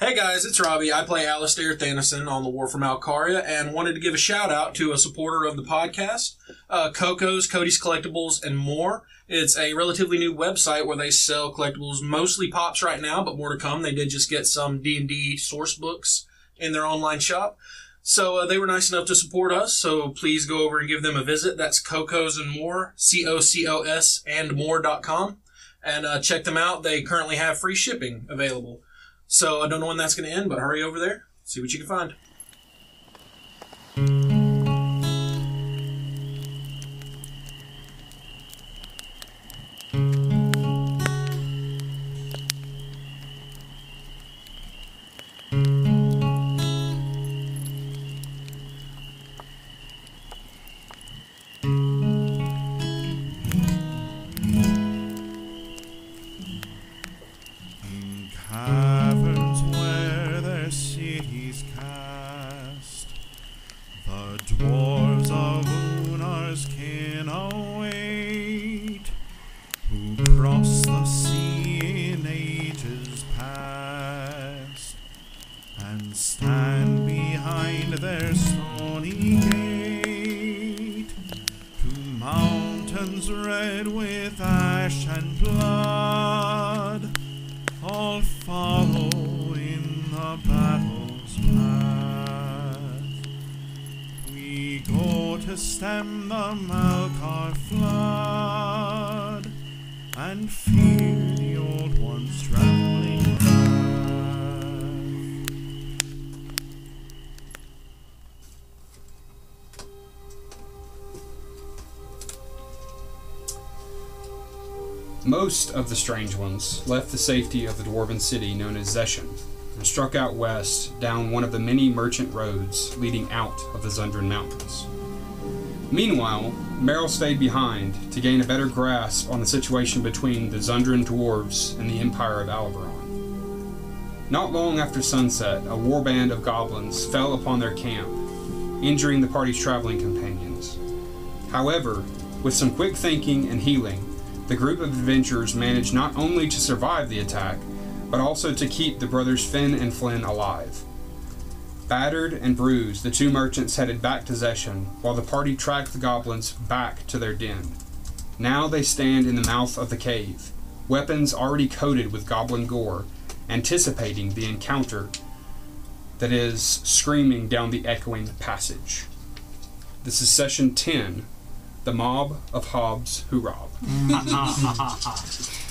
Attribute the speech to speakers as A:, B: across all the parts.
A: Hey guys, it's Robbie. I play Alastair Thanison on the War from Alcaria and wanted to give a shout out to a supporter of the podcast, uh, Coco's, Cody's Collectibles, and more. It's a relatively new website where they sell collectibles, mostly pops right now, but more to come. They did just get some D&D source books in their online shop. So uh, they were nice enough to support us, so please go over and give them a visit. That's Coco's and More, C-O-C-O-S and More.com. And uh, check them out. They currently have free shipping available. So I don't know when that's going to end, but hurry over there, see what you can find.
B: In caverns where their cities cast, the dwarves of Lunar's kin await, who crossed the sea in ages past, and stand behind their stony gate, to mountains red with ash and blood all follow in the battle's path. We go to stem the Malkar flood and fear the old one's trembling wrath.
C: Most of the strange ones left the safety of the dwarven city known as Zeshan and struck out west down one of the many merchant roads leading out of the Zundran Mountains. Meanwhile, Merrill stayed behind to gain a better grasp on the situation between the Zundran dwarves and the Empire of Alvaron. Not long after sunset, a warband of goblins fell upon their camp, injuring the party's traveling companions. However, with some quick thinking and healing, the group of adventurers managed not only to survive the attack, but also to keep the brothers Finn and Flynn alive. Battered and bruised, the two merchants headed back to Zeshan, while the party tracked the goblins back to their den. Now they stand in the mouth of the cave, weapons already coated with goblin gore, anticipating the encounter that is screaming down the echoing passage. This is session 10 The Mob of Hobbs Who Rob.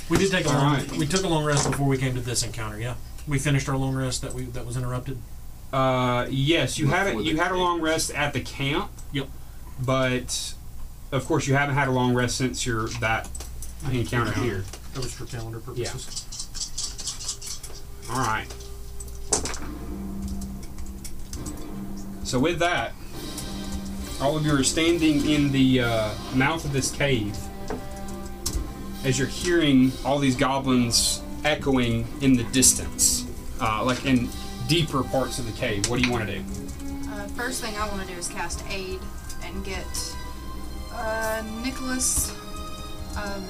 A: We did take a long,
C: Alright.
A: we took a long rest before we came to this encounter. Yeah, we finished our long rest that we that was interrupted.
C: Uh, yes, you
D: Before
C: haven't.
D: the
C: You had a
D: cave.
C: long rest at the camp.
A: Yep.
C: But of course, you haven't had a long rest since your that encounter here.
A: That was for calendar purposes.
C: All right. So with that, all of you are standing in the uh, mouth of this cave as you're hearing all these goblins echoing in the distance, uh, like in deeper parts of the cave. What do you want to do?
E: Uh, first thing I want to do is cast aid and get uh, Nicholas. Um,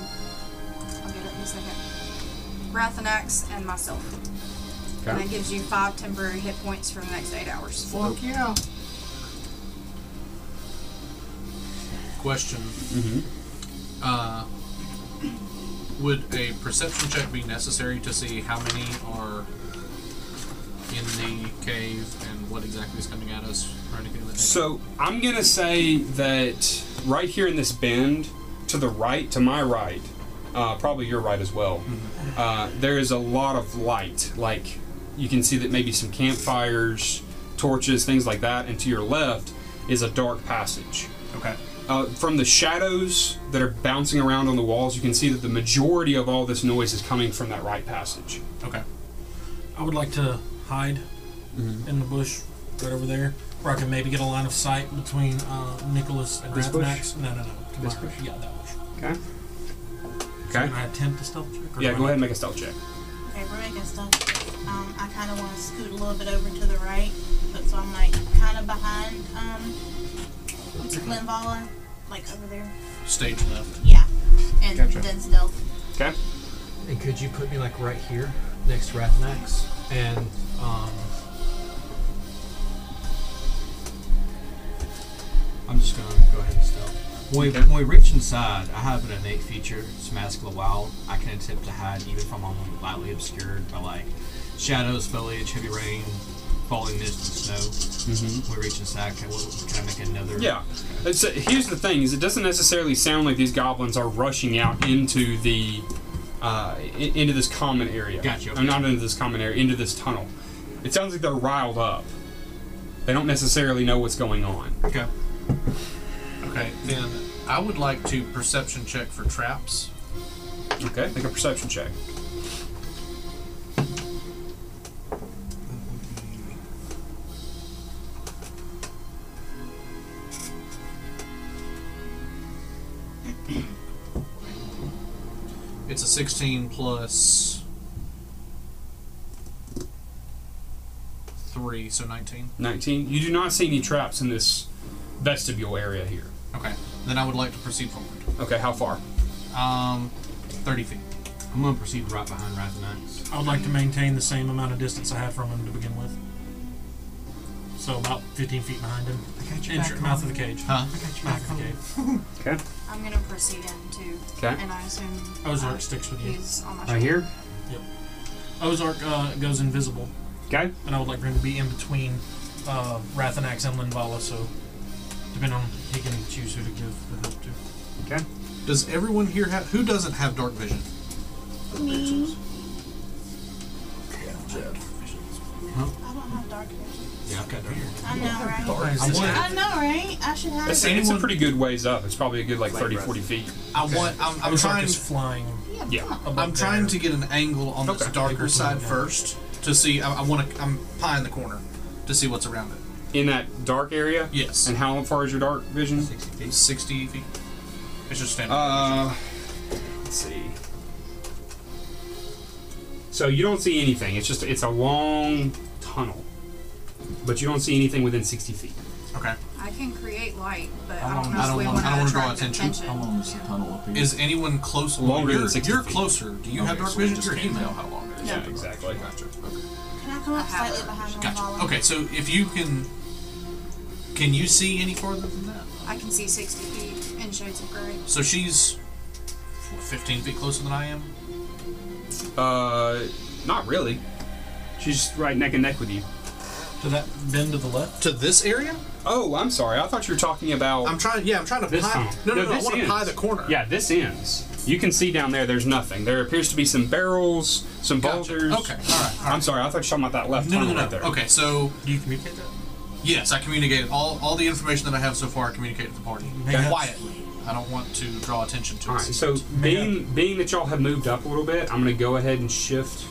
E: I'll get it in a second. Rathanax and myself. And that gives you five temporary hit points for the next eight hours.
D: Fuck yeah. Question.
C: Mm-hmm.
D: Uh, would a perception check be necessary to see how many are in the cave and what exactly is coming at us or anything like that?
C: So I'm gonna say that right here in this bend, to the right, to my right, uh, probably your right as well. Uh, there is a lot of light. Like you can see that maybe some campfires, torches, things like that. And to your left is a dark passage.
A: Okay.
C: Uh, from the shadows that are bouncing around on the walls, you can see that the majority of all this noise is coming from that right passage.
A: Okay. I would like to hide in the bush right over there, where I can maybe get a line of sight between uh, Nicholas and
C: This bush?
A: Rathanax. No, no, no. to
C: This
A: my-
C: bush?
A: Yeah, that bush.
C: Okay.
A: Can
C: Okay.
A: I attempt to stealth check? or
C: Yeah,
A: do I
C: go ahead
A: need-
C: and make a stealth check.
F: Okay, we're making stuff. Um, I kind of want to scoot a little bit over to the right, but so I'm like kind of behind um, Glenvala, like over there.
D: Stage left.
F: Yeah, and
C: Gotcha.
F: then stealth.
C: Okay.
G: And could you put me like right here next to Rathnax?
D: and um,
G: I'm just gonna go ahead and stealth. When, we- when we reach inside, I have an innate feature, it's Mask of the Wild. I can attempt to hide even from I'm lightly obscured by like shadows, foliage, heavy rain, falling mist, and snow.
C: Mhm.
G: When we reach inside, can, what, can I make another?
C: Yeah. It's, here's the thing: is it doesn't necessarily sound like these goblins are rushing out into the uh, i- into this common area.
G: Gotcha,
C: I'm not into this common area. Into this tunnel. It sounds like they're riled up. They don't necessarily know what's going on.
G: Okay.
D: okay, then I would like to perception check for traps.
C: Okay. Make a perception check.
D: It's a 16 plus 3, so 19.
C: 19. You do not see any traps in this vestibule area here.
D: Okay, then I would like to proceed forward.
C: Okay. How far?
D: Um, 30 feet.
G: I'm gonna proceed right behind Rathanax.
A: I would like to maintain the same amount of distance I have from him to begin with. So about 15 feet behind him.
G: I got
A: Entry, mouth of the cage.
D: Huh?
A: Mouth of the cage.
E: I'm gonna proceed in too.
C: Okay.
E: And I assume uh,
D: Oh,
A: Ozark sticks with you.
E: he's on my shoulder.
H: Right here?
A: Ozark uh, goes invisible,
H: Okay.
A: and I would like for him to be in between uh, Rathanax and Linvala, so depending on, he can choose who to give the help to.
H: Okay.
D: Does everyone here have. Who doesn't have dark vision?
F: Me. I don't have dark vision.
G: Yeah, I've got dark.
F: I know, right?
A: Is this-
F: I know, right? I should have.
C: It's,
F: it.
C: it's a pretty good ways up. It's probably a good like 30, 40 feet.
D: I want. I'm, I'm
A: Ozark
D: trying.
A: is flying.
E: Yeah,
C: Yeah.
E: come on.
A: above
D: I'm trying
A: there.
D: to get an angle on this
C: Okay.
D: darker side
A: Yeah.
D: first to see. I, I want to. I'm pie in the corner to see what's around it.
C: In that dark area.
D: Yes.
C: And how far is your dark vision?
G: 60 feet.
D: 60 feet. It's just standard.
C: Uh, let's see. So you don't see anything. It's just it's a long tunnel, but you don't see anything within sixty feet.
D: okay.
E: I can create light, but I
D: don't-
E: don't know
D: I
E: if
D: don't
E: we
D: want-
E: want
D: I don't
E: to
D: wanna
E: attract
D: draw attention.
E: attention.
I: How long is the tunnel up here?
D: Is anyone closer?
C: Longer than
D: you're,
C: 60
D: You're
C: feet.
D: closer. Do you have
I: Okay,
D: dark
I: so we
D: vision?
I: just
D: You're a
I: can't
D: human.
I: tell how long it is.
C: Yeah, exactly.
D: Gotcha.
F: Can I come up
E: have
F: slightly
E: it.
F: behind the
D: Gotcha.
F: volley?
D: Okay, so if you can, can you see any farther than that?
E: I can see 60 feet in shades of gray.
D: So she's what, 15 feet closer than I am.
C: Uh, not really. She's right neck and neck with you.
A: To that bend to the left?
D: To this area?
C: Oh, I'm sorry. I thought you were talking about
D: I'm trying. Yeah, I'm trying to
C: this
D: pie.
C: tunnel.
D: No, no, no. I
C: this
D: want to
C: ends.
D: pie the corner.
C: Yeah, this ends. You can see down there. There's nothing. There appears to be some barrels, some
D: Gotcha.
C: boulders.
D: Okay. All right. All right.
C: I'm sorry. I thought you were talking about that left
D: No, no,
C: tunnel
D: no, no.
C: right there.
D: Okay, so
A: Do you communicate that?
D: yes, I communicated all all the information that I have so far. I communicated to the party
A: Mayhaps-
D: quietly. I don't want to draw attention to
C: All
D: it.
C: right. So being being that y'all have moved up a little bit, I'm gonna go ahead and shift.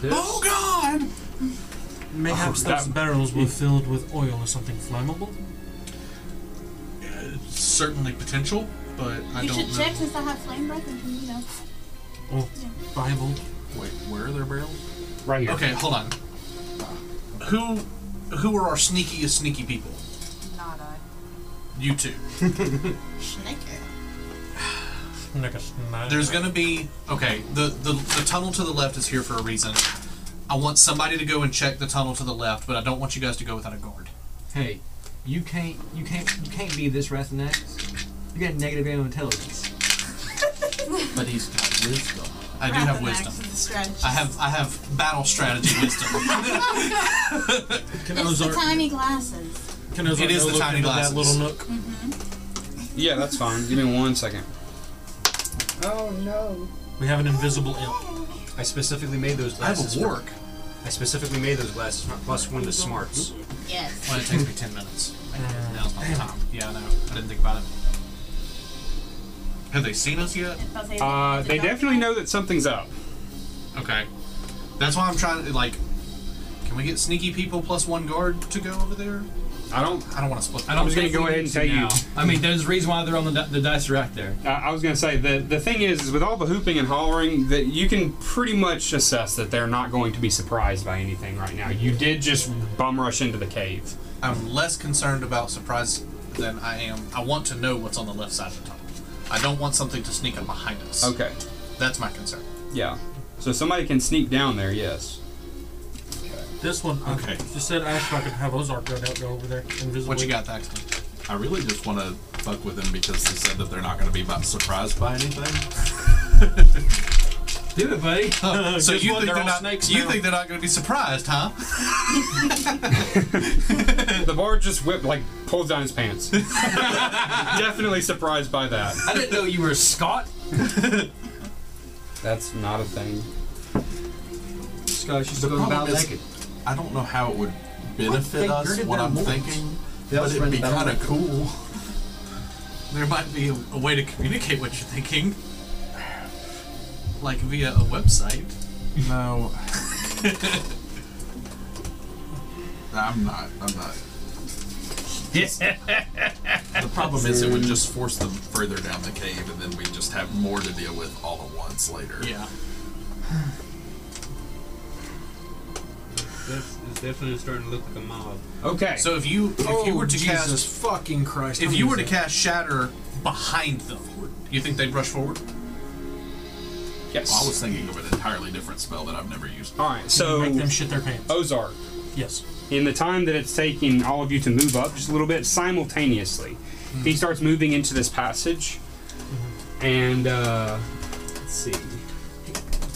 C: This.
D: oh God!
A: Mayhaps
C: Oh,
A: those
C: that-
A: barrels were filled with oil or something flammable?
D: Certainly potential, but I
F: You
D: don't
F: should
D: know.
F: check since I have flame breath and you know.
A: Or Bible?
D: Wait, where are their barrels?
C: Right here.
D: Okay, hold on. Who who are our sneakiest sneaky people?
E: Not I.
D: You two.
F: Snicker.
A: Like a snag.
D: There's gonna be okay. The, the the tunnel to the left is here for a reason. I want somebody to go and check the tunnel to the left, but I don't want you guys to go without a guard.
G: Hey, you can't, you can't, you can't be this Rathanax. You got negative animal intelligence.
I: But he's got wisdom.
D: I do have wisdom. I have I have battle strategy wisdom.
A: Can
F: It's the
A: Ozark,
F: tiny glasses.
A: can Ozark
D: It is
A: go
D: the
A: look
D: tiny
A: into
D: glasses.
A: that little nook?
C: Yeah, that's fine. Give me one second.
A: We have an invisible imp.
G: I specifically made those
D: I have
G: glasses.
D: a warg.
G: I specifically made those glasses for plus one to smarts.
F: Yes.
D: Well, it takes me ten minutes.
C: Uh,
D: Now's not the time. Yeah, I know. I didn't think about it. Have they seen us yet?
C: Uh, they definitely know that something's up.
D: Okay. That's why I'm trying to like. Can we get sneaky people plus one guard to go over there?
C: I don't.
D: I don't want to split.
G: I
C: I'm just gonna go ahead and tell you.
G: I mean, there's a reason why they're on the, di- the dice rack there.
C: I I was gonna say the the thing is, is with all the hooping and hollering, that you can pretty much assess that they're not going to be surprised by anything right now. You did just bum rush into the cave.
D: I'm less concerned about surprise than I am. I want to know what's on the left side of the tunnel. I don't want something to sneak up behind us.
C: Okay.
D: That's my concern.
C: Yeah. So somebody can sneak down there. Yes.
A: This one, okay.
D: Okay.
A: Just said I if I could have Ozark go, down- go over there invisibly.
D: What you got, Thaxton?
I: I really just want to fuck with them because they said that they're not going to be about surprised by anything.
G: Do it, buddy.
I: so
J: guess
I: you
J: what? They're
I: think they're,
J: all
I: not?
J: snakes
I: you
J: now.
I: think they're not going to be surprised, huh?
C: The bard just whipped, like, pulls down his pants. Definitely surprised by that.
G: I didn't know you were Scott.
C: That's not a thing.
G: Scott, she's
I: The
G: going about
I: problem is-
G: naked.
I: I don't know how it would
G: I
I: benefit
G: think
I: us.
G: you're
I: What
G: the
I: I'm
G: most.
I: thinking,
G: That
I: but
G: was
I: it'd be
G: random.
I: kind of cool.
D: There might be a, a way to communicate what you're thinking, like via a website.
I: No. I'm not. I'm not. the problem is, it would just force them further down the cave, and then we just have more to deal with all at once later.
D: Yeah.
H: That's, it's definitely starting to look like a mob.
C: Okay.
D: So if you if you were to
J: Jesus
D: cast
J: fucking Christ!
D: if
J: I'm
D: you were to
J: using-
D: cast Shatter behind them, you think they'd rush forward?
C: yes.
I: I was thinking of an entirely different spell that I've never used.
C: All right,
A: Make
C: so
A: them shit their pants.
C: Ozark.
A: Yes.
C: in the time that it's taking all of you to move up just a little bit simultaneously.
A: Hmm.
C: He starts moving into this passage, and uh, let's see.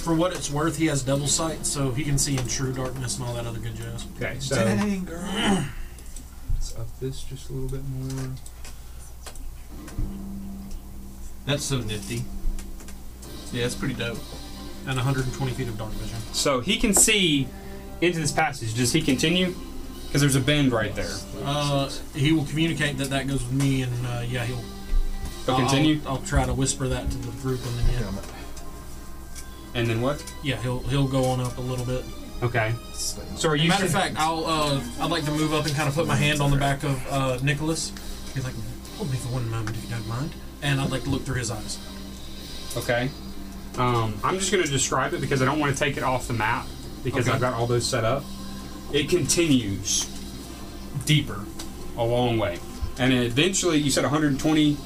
A: For what it's worth, he has double sight, so he can see in true darkness and all that other good jazz.
C: Okay, so let's up this just a little bit more.
G: That's so nifty.
D: Yeah, it's pretty dope.
A: And 120 feet of dark vision.
C: So he can see into this passage. Does he continue? Because there's a bend right there.
A: Uh, he will communicate that that goes with me, and uh, yeah, he'll
C: He'll
A: I'll-
C: continue,
A: I'll, I'll try to whisper that to the group, and then yeah,
C: and then what?
A: yeah, he'll he'll go on up a little bit.
C: Okay. So are you?
A: Matter of fact, I'll uh, I'd like to move up and kind of put my hand on the back of uh, Nicholas. Be like, hold me for one moment if you don't mind, and I'd like to look through his eyes.
C: Okay. Um, I'm just going to describe it because I don't want to take it off the map because
A: Okay.
C: I've got all those set up. It continues deeper, a long way, and it eventually you said 120.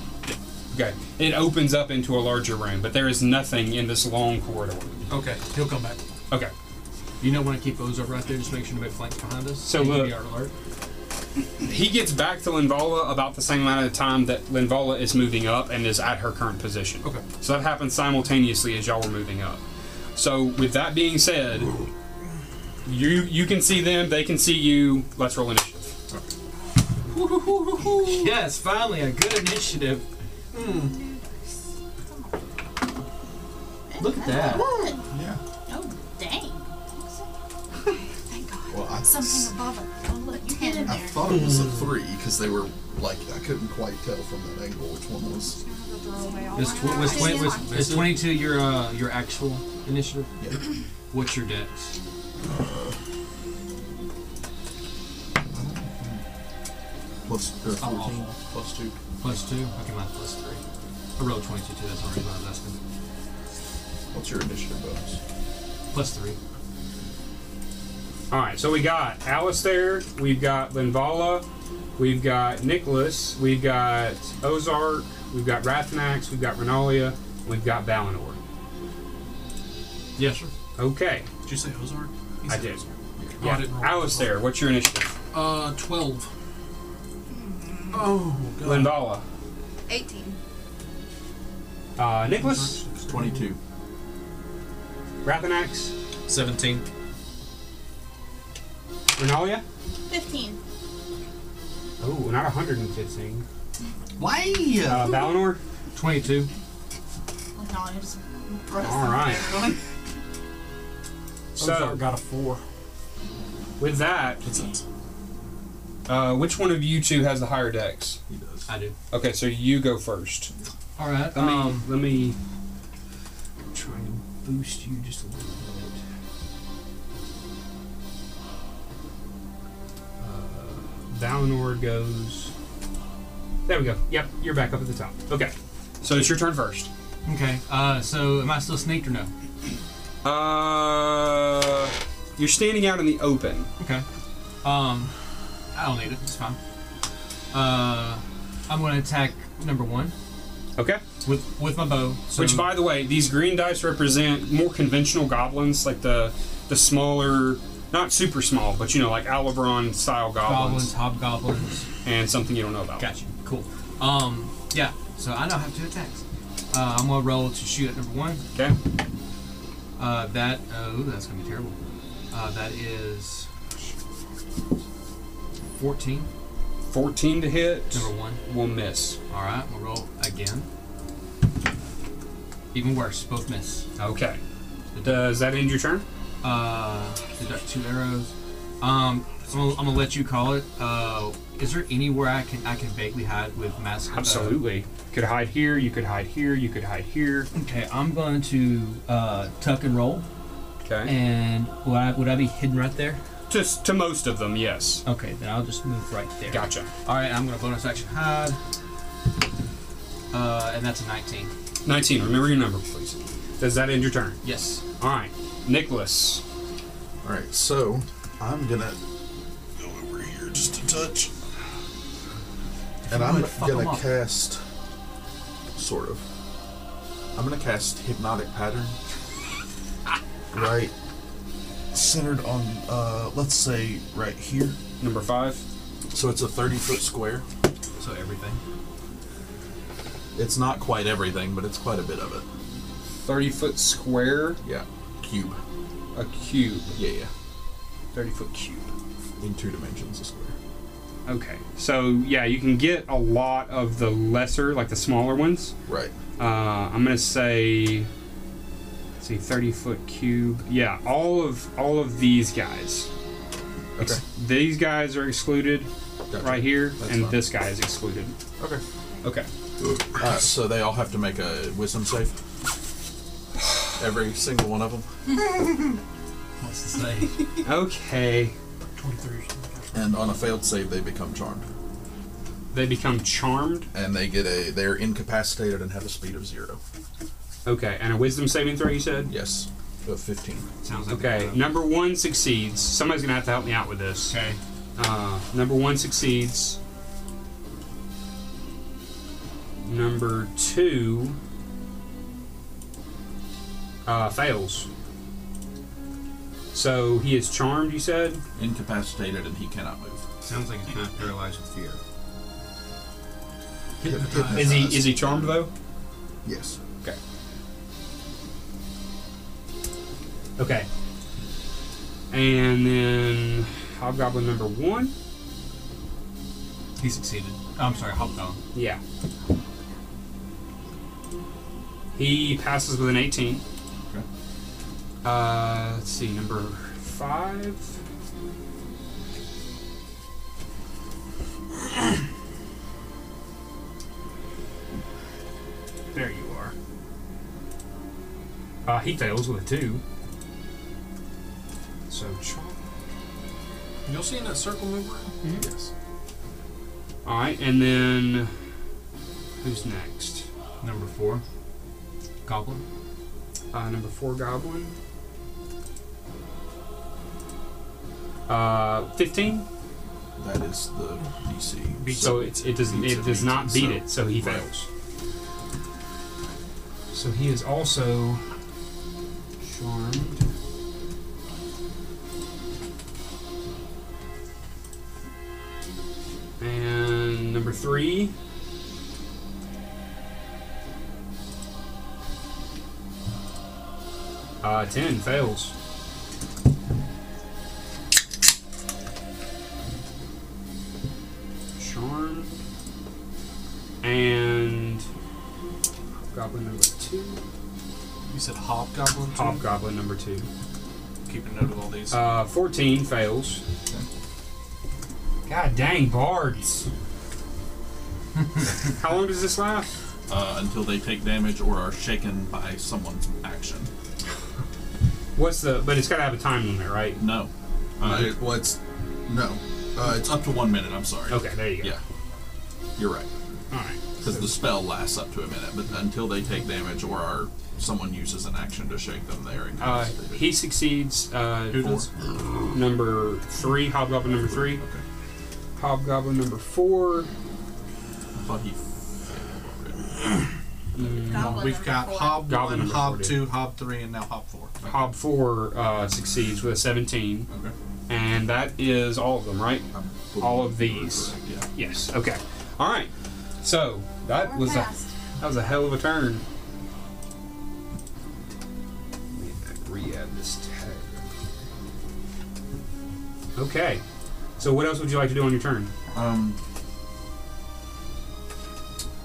C: Okay, it opens up into a larger room, but there is nothing in this long corridor.
A: Okay, he'll come back.
C: Okay,
G: You know when I keep Ozark right there, just make sure nobody flanks behind us.
C: So
G: They can
C: look-
G: be our alert.
C: he gets back to Linvala about the same amount of time that Linvala is moving up and is at her current position.
A: Okay.
C: So that happens simultaneously as y'all were moving up. So with that being said, you you can see them, they can see you. Let's roll initiative.
G: Yes, finally a good initiative. Hmm. Look at that.
F: Good.
I: Yeah.
F: Oh, dang.
E: Thank God.
I: Well, I,
E: Something above it.
F: Oh, look, you get in
I: I
F: there.
I: thought it was a three because they were like I couldn't quite tell from that angle which one was.
E: I'm gonna throw away all
G: Is,
E: my
G: tw- was,
E: hours.
G: twen- was,
E: Yeah.
G: is 22 your uh, your actual initiative? What's your dex?
I: Plus uh, fourteen. Plus two.
G: Oh, Plus two? Okay, mine plus three. I rolled 22 too, that's the reason I was asking.
I: What's your initiative bonus?
G: Plus three.
C: All right, so we got Alistair, we've got Linvala, we've got Nicholas, we've got Ozark, we've got Rathnax, we've got Renalia, we've got Valinor.
G: Yes, sir.
C: Okay,
D: Did you say Ozark? He
C: I
D: said
C: did.
D: Ozark. Oh,
C: Yeah.
A: I didn't roll.
C: Alistair, what's your initiative?
A: Uh, 12. Oh, God.
C: Linvala,
E: 18.
C: uh, Nicholas,
I: It's twenty-two.
C: Rathnax,
D: Seventeen.
C: Renalia.
F: 15.
C: Oh, not 115.
I: Why?
C: Uh, Valinor?
G: 22.
F: With knowledge. All
C: right.
A: Ozark
C: So,
A: got a 4.
C: with that, uh, which one of you two has the higher decks?
I: He does.
G: I do.
C: Okay, so you go first.
G: All right.
C: Let me, let me
G: try and boost you just a little bit.
C: Uh, Valinor goes. There we go. Yep, you're back up at the top. Okay, so it's your turn first.
G: Okay. Uh, so am I still sneaked or no?
C: Uh, you're standing out in the open.
G: Okay. Um, I don't need it. It's fine. Uh, I'm gonna attack number one
C: Okay.
G: with with my bow. So
C: Which, by the way, these green dice represent more conventional goblins, like the the smaller Not super small, but you know, like Alabron style goblins,
G: Goblins, hobgoblins.
C: and something you don't know about.
G: Gotcha. Cool. Um, yeah. So I now have two attacks. Uh, I'm gonna roll to shoot at number one.
C: Okay.
G: Uh, that uh, ooh, that's gonna be terrible. Uh, that is fourteen.
C: 14 to hit.
G: Number one.
C: Will miss.
G: All right, we'll roll again. Even worse, both miss.
C: Okay. Does that end your turn?
G: Uh, deduct two arrows. Um, so I'm, gonna, I'm gonna let you call it. Uh, is there anywhere I can I can vaguely hide with mask? uh,
C: Absolutely. Could hide here, you could hide here, you could hide here.
G: okay, I'm going to uh, tuck and roll.
C: Okay.
G: And would I, would I be hidden right there?
C: Just to most of them, yes.
G: Okay, then I'll just move right there.
C: Gotcha.
G: All right, I'm gonna bonus action hide. Uh, and that's a 19.
C: 19. Remember your number, please. Does that end your turn?
G: Yes.
C: All right. Nicholas.
I: All right, so I'm gonna go over here just a touch, and I'm
G: would, fuck
I: gonna
G: 'em up.
I: cast, sort of. I'm gonna cast hypnotic pattern, right, centered on, uh, let's say, right here.
C: Number five.
I: So it's a 30 foot square.
G: So everything.
I: It's not quite everything, but it's quite a bit of it.
C: 30 foot square,
I: Yeah, cube.
C: a cube.
I: Yeah, yeah,
C: 30 foot cube.
I: in two dimensions, a square.
C: Okay. So, yeah, you can get a lot of the lesser, like the smaller ones.
I: Right.
C: Uh, I'm gonna say, let's see, 30 foot cube. Yeah, all of all of these guys.
I: Okay.
C: These guys are excluded
I: Gotcha.
C: right here,
I: That's
C: and
I: fine.
C: this guy is excluded.
I: Okay.
C: Okay.
I: Uh, so they all have to make a wisdom save. Every single one of them.
G: What's the say?
C: Okay.
I: And on a failed save, they become charmed,
C: They become charmed.
I: and they get a they're incapacitated and have a speed of zero.
C: Okay, and a wisdom saving throw. You said.
I: Yes, of fifteen.
G: Sounds like
C: Okay. Number one succeeds. Somebody's gonna have to help me out with this.
G: Okay.
C: Uh, number one succeeds. Number two uh, fails. So he is charmed, you said?
I: Incapacitated, and he cannot move.
H: Sounds like he's kind of paralyzed with fear.
C: Is he is he charmed though?
I: Yes.
C: Okay. And then Hobgoblin number one?
G: He succeeded. I'm sorry, Hobgoblin.
C: Yeah. He passes with an 18.
I: Okay.
C: Uh, let's see, number five. there you are. Uh, he fails with a two. So, char-
D: Y'all seen that circle move around?
A: Mm-hmm.
I: Yes.
C: all right, and then who's next?
G: Number four. Goblin.
C: Uh, number four goblin. Uh, fifteen.
I: That is the DC.
C: So it's, it does
I: beats
C: it does not
I: beats
C: beat it, so he
I: right.
C: fails. So he is also charmed. And number three. Uh, ten fails. Charmed. And goblin number two.
D: You said hobgoblin. too?
C: Hobgoblin number two.
D: Keeping note of all these.
C: Uh, 14 fails. God dang, bards. How long does this last?
I: uh, until they take damage or are shaken by someone's action.
C: What's the. But it's gotta have a time limit, right?
I: No.
C: Uh-huh.
I: Uh, it, well, it's no. Uh, it's up to one minute. I'm sorry.
C: Okay, there you go.
I: Yeah. You're right.
C: Alright.
I: Because the spell lasts up to a minute, but until they take damage or are someone uses an action to shake them, they are
C: Uh,
I: incapacitated.
C: he succeeds. Uh,
I: Who
C: for
I: does?
C: Number three, Hobgoblin number three.
I: Okay.
C: Hobgoblin number four.
I: I thought he failed already.
F: Goblin
D: We've
F: number
D: got
F: four.
D: Hob
C: Goblin
D: 1,
C: number
D: Hob
C: four,
D: 2, Hob 3, and now Hob 4.
C: Hob four uh, succeeds with a seventeen,
I: Okay.
C: and that is all of them, right? All of these.
I: Yeah.
C: Yes. Okay. All right. So that
F: We're
C: was a
F: fast.
C: that was a hell of a turn. Let me re-add this tag. Okay. So what else would you like to do on your turn?
I: Um,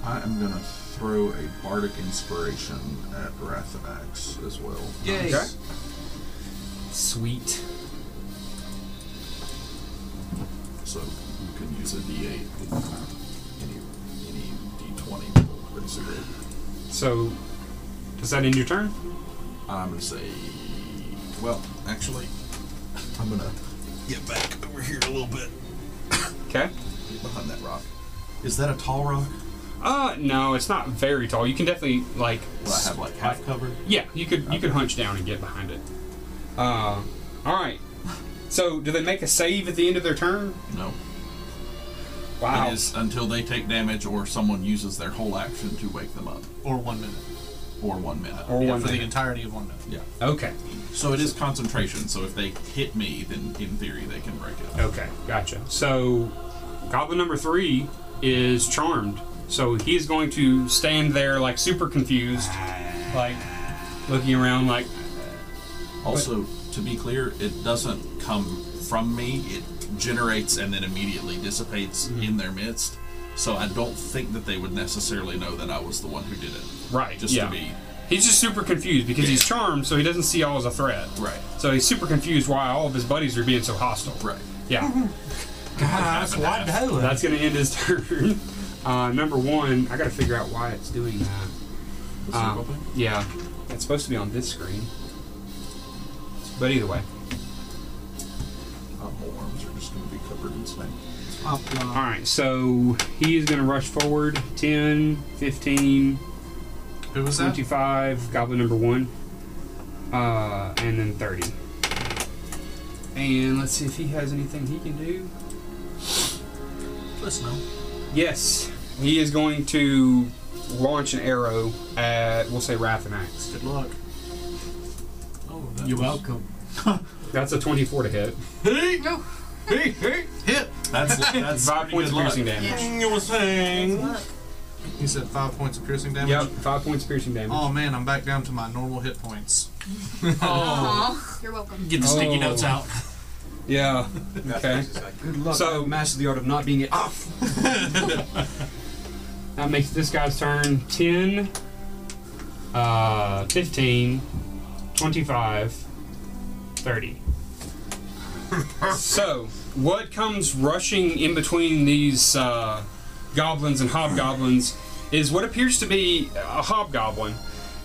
I: I am gonna throw a bardic inspiration at Rathanax as well.
D: Yay.
C: Okay. Sweet.
I: So you can use a D8. Any any D20 will raise it.
C: So does that end your turn?
I: I'm gonna say. Well, actually, I'm gonna get back over here a little bit.
C: Okay.
I: Get behind that rock. Is that a tall rock?
C: Uh, no, it's not very tall. You can definitely like.
I: Will I have like half cover?
C: Yeah, you could you could hunch down and get behind it. Uh, all right. So do they make a save at the end of their turn?
I: No.
C: Wow.
I: It is until they take damage or someone uses their whole action to wake them up,
D: Or one minute.
I: or one minute.
C: Or
D: Yeah,
C: one
D: for the
C: minute.
D: entirety of one minute.
I: yeah.
C: Okay.
I: So it is concentration. So if they hit me, then in theory they can break it.
C: Okay. Gotcha. So, goblin number three is charmed. So he's going to stand there like super confused, like looking around, like
I: Also, to be clear, it doesn't come from me. It generates and then immediately dissipates
C: Mm-hmm.
I: in their midst. So I don't think that they would necessarily know that I was the one who did it.
C: right.
I: Just
C: yeah.
I: to be
C: He's just super confused because he's charmed, so he doesn't see y'all as a threat.
I: right.
C: So he's super confused why all of his buddies are being so hostile.
I: Right.
C: Yeah.
I: That's why
C: That's going to end his turn. Uh, number one, I got to figure out why it's doing that. Um, yeah, it's supposed to be on this screen. But either way,
I: My whole arms are just going to be covered in snake.
C: all right. So he is going to rush forward 10, 15,
D: Who was that?
C: 25, goblin number one, uh, and then 30. And let's see if he has anything he can do.
D: Listen, no.
C: Yes, he is going to launch an arrow at, we'll say, Rathanax.
D: Good luck. Oh, that
G: You're
D: was-
G: welcome.
C: That's a 24 to hit.
E: No.
D: Hit!
I: That's that's
C: Five points of piercing damage.
F: Yeah.
A: You were saying.
F: Look,
D: You said five points of piercing damage?
C: Yep, five points of piercing damage.
D: Oh man, I'm back down to my normal hit points.
E: You're welcome.
A: Get the sticky
C: Oh.
A: notes out.
C: Yeah. Okay.
G: Good luck.
C: So-
G: So, master the art of not being Ah! it off.
C: That makes this guy's turn 10, uh, 15, 25, 30. so, what comes rushing in between these uh, goblins and hobgoblins is what appears to be a hobgoblin,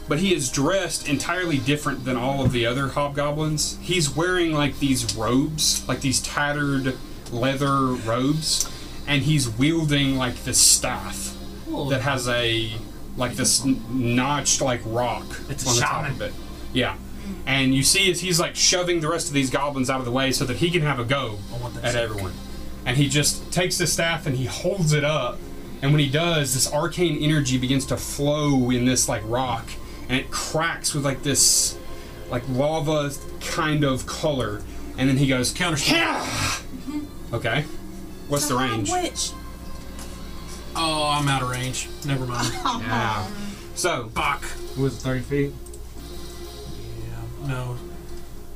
C: but he is dressed entirely different than all of the other hobgoblins. He's wearing like these robes, like these tattered leather robes, and he's wielding like this staff that has a like this n- notched like rock
A: It's a
C: on the top
A: shaman.
C: of it. Yeah. And you see as he's like shoving the rest of these goblins out of the way so that he can have a go
A: want that
C: at
A: stick.
C: everyone. And he just takes the staff and he holds it up. And when he does, this arcane energy begins to flow in this like rock and it cracks with like this like lava kind of color. And then he goes,
A: Counter strike.
C: Okay. What's the range?
F: Witch.
A: Oh, I'm out of range. Never mind.
C: Yeah. So,
A: Fuck.
G: Was it 30 feet?
A: Yeah. No,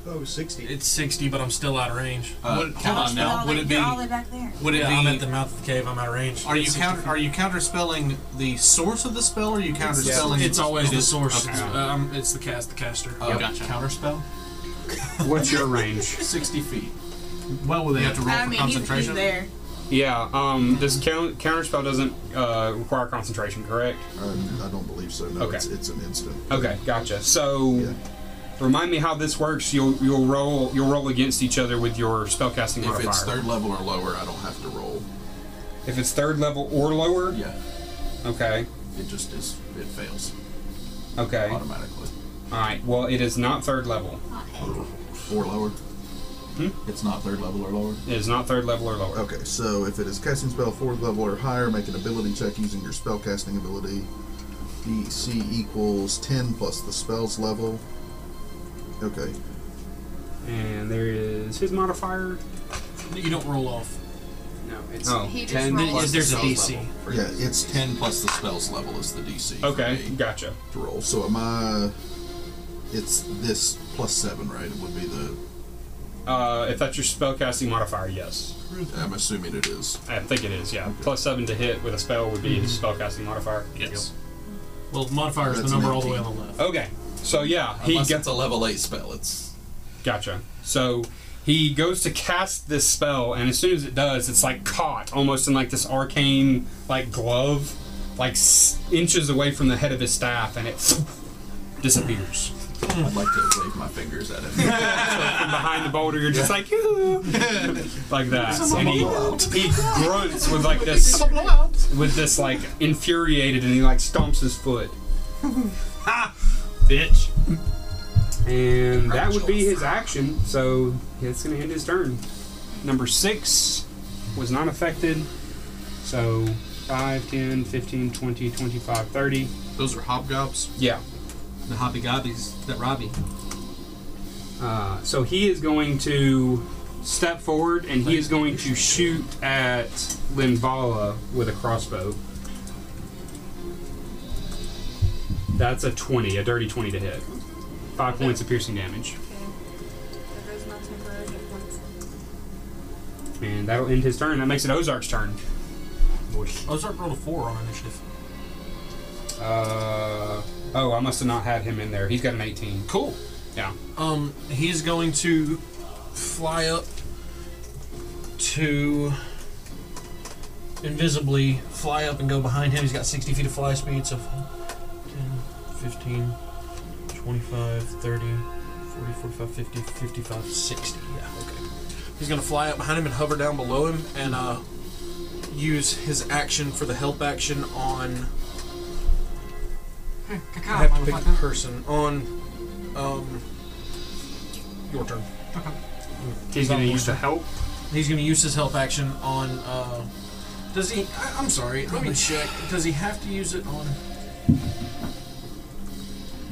H: Oh, 60.
A: it's 60, but I'm still out of range.
I: Uh, count
A: Oh,
I: on
F: You're all
I: now.
F: the-
I: Would it be?
F: you're all the way back there.
I: Would it
A: Yeah,
I: be?
A: I'm at the mouth of the cave. I'm out of range.
D: Are you
A: It's
D: counter? Are you counterspelling the source of the spell, or are you counterspelling?
A: It's always the source.
C: Okay.
A: It's, uh, um, it's the cast, the caster.
I: Uh, Counterspell.
C: what's your range?
I: Sixty feet.
D: Well, will they have to roll
F: I
D: for
F: mean, he's, he's
D: concentration?
F: there.
C: Yeah, um, this count- counter spell doesn't uh, require concentration, correct?
H: I don't believe so. No,
C: Okay.
H: it's, it's an instant.
C: Okay, gotcha. So,
H: Yeah.
C: remind me how this works. You'll you'll roll you'll roll against each other with your spellcasting
I: If
C: modifier.
I: it's third level or lower, I don't have to roll.
C: If it's third level or lower,
I: Yeah,
C: okay,
I: it just is. It fails
C: okay. All
I: automatically
C: right. Well, it is not third level.
I: or lower.
C: Hmm?
I: It's not third level or lower.
C: It is not third level or lower.
H: Okay, so if it is casting spell fourth level or higher, make an ability check using your spell casting ability. DC equals 10 plus the spell's level. Okay.
I: Oh.
C: And there is his modifier.
A: You don't roll off.
C: No, it's
I: Oh.
E: So he just
G: 10
E: rolled
G: plus
E: a
A: There's a
E: save.
A: DC.
H: Yeah, it's 10
I: Ten plus the spell's level is the DC. for
C: okay.
I: me.
C: Gotcha.
H: to roll. So am I. It's this plus 7, right? It would be the.
C: Uh, if that's your spellcasting modifier, yes,
H: I'm assuming it is.
C: I think it is. Yeah, plus seven to hit with a spell would be his spellcasting modifier.
D: Yes. Well, modifier is the
H: That's
D: number
H: an
D: all the way on
H: 18.
D: the left.
C: Okay. So yeah, he
I: Unless
C: gets
I: it's a level eight spell, it's
C: Gotcha. So he goes to cast this spell, and as soon as it does, it's like caught almost in like this arcane like glove, like s- inches away from the head of his staff, and it disappears.
I: I'd like to wave my fingers at it.
C: From behind the boulder, you're just like "Ooh," like that, and he, he grunts with like this with this like infuriated, and he like stomps his foot. ha, bitch. And that would be his action. So it's going to end his turn. Number six was not affected. So 5, 10, 15, 20, 25, 30.
D: Those are hobgobs.
C: Yeah.
G: The Hoppy Gobbies that Robbie.
C: Uh, so he is going to step forward and he is going to shoot at Linvala with a crossbow. That's a 20, a dirty 20 to hit. Five points of piercing damage.
E: Okay. There goes my temporary hit points.
C: And that'll end his turn. That makes it Ozark's turn.
A: Ozark rolled a four on initiative.
C: Uh, oh, I must have not had him in there. He's got an 18.
A: Cool.
C: Yeah.
A: Um, he's going to fly up to invisibly fly up and go behind him. He's got 60 feet of fly speed, so 10, 15, 25, 30, 40, 45, 50, 55, 60. Yeah, okay. He's going to fly up behind him and hover down below him and uh, use his action for the help action on. I have to pick a person. On. Um, your turn.
C: He's going to use the help.
A: He's going to use his help action on. Uh, does he? I, I'm sorry. Let me check. Does he have to use it on?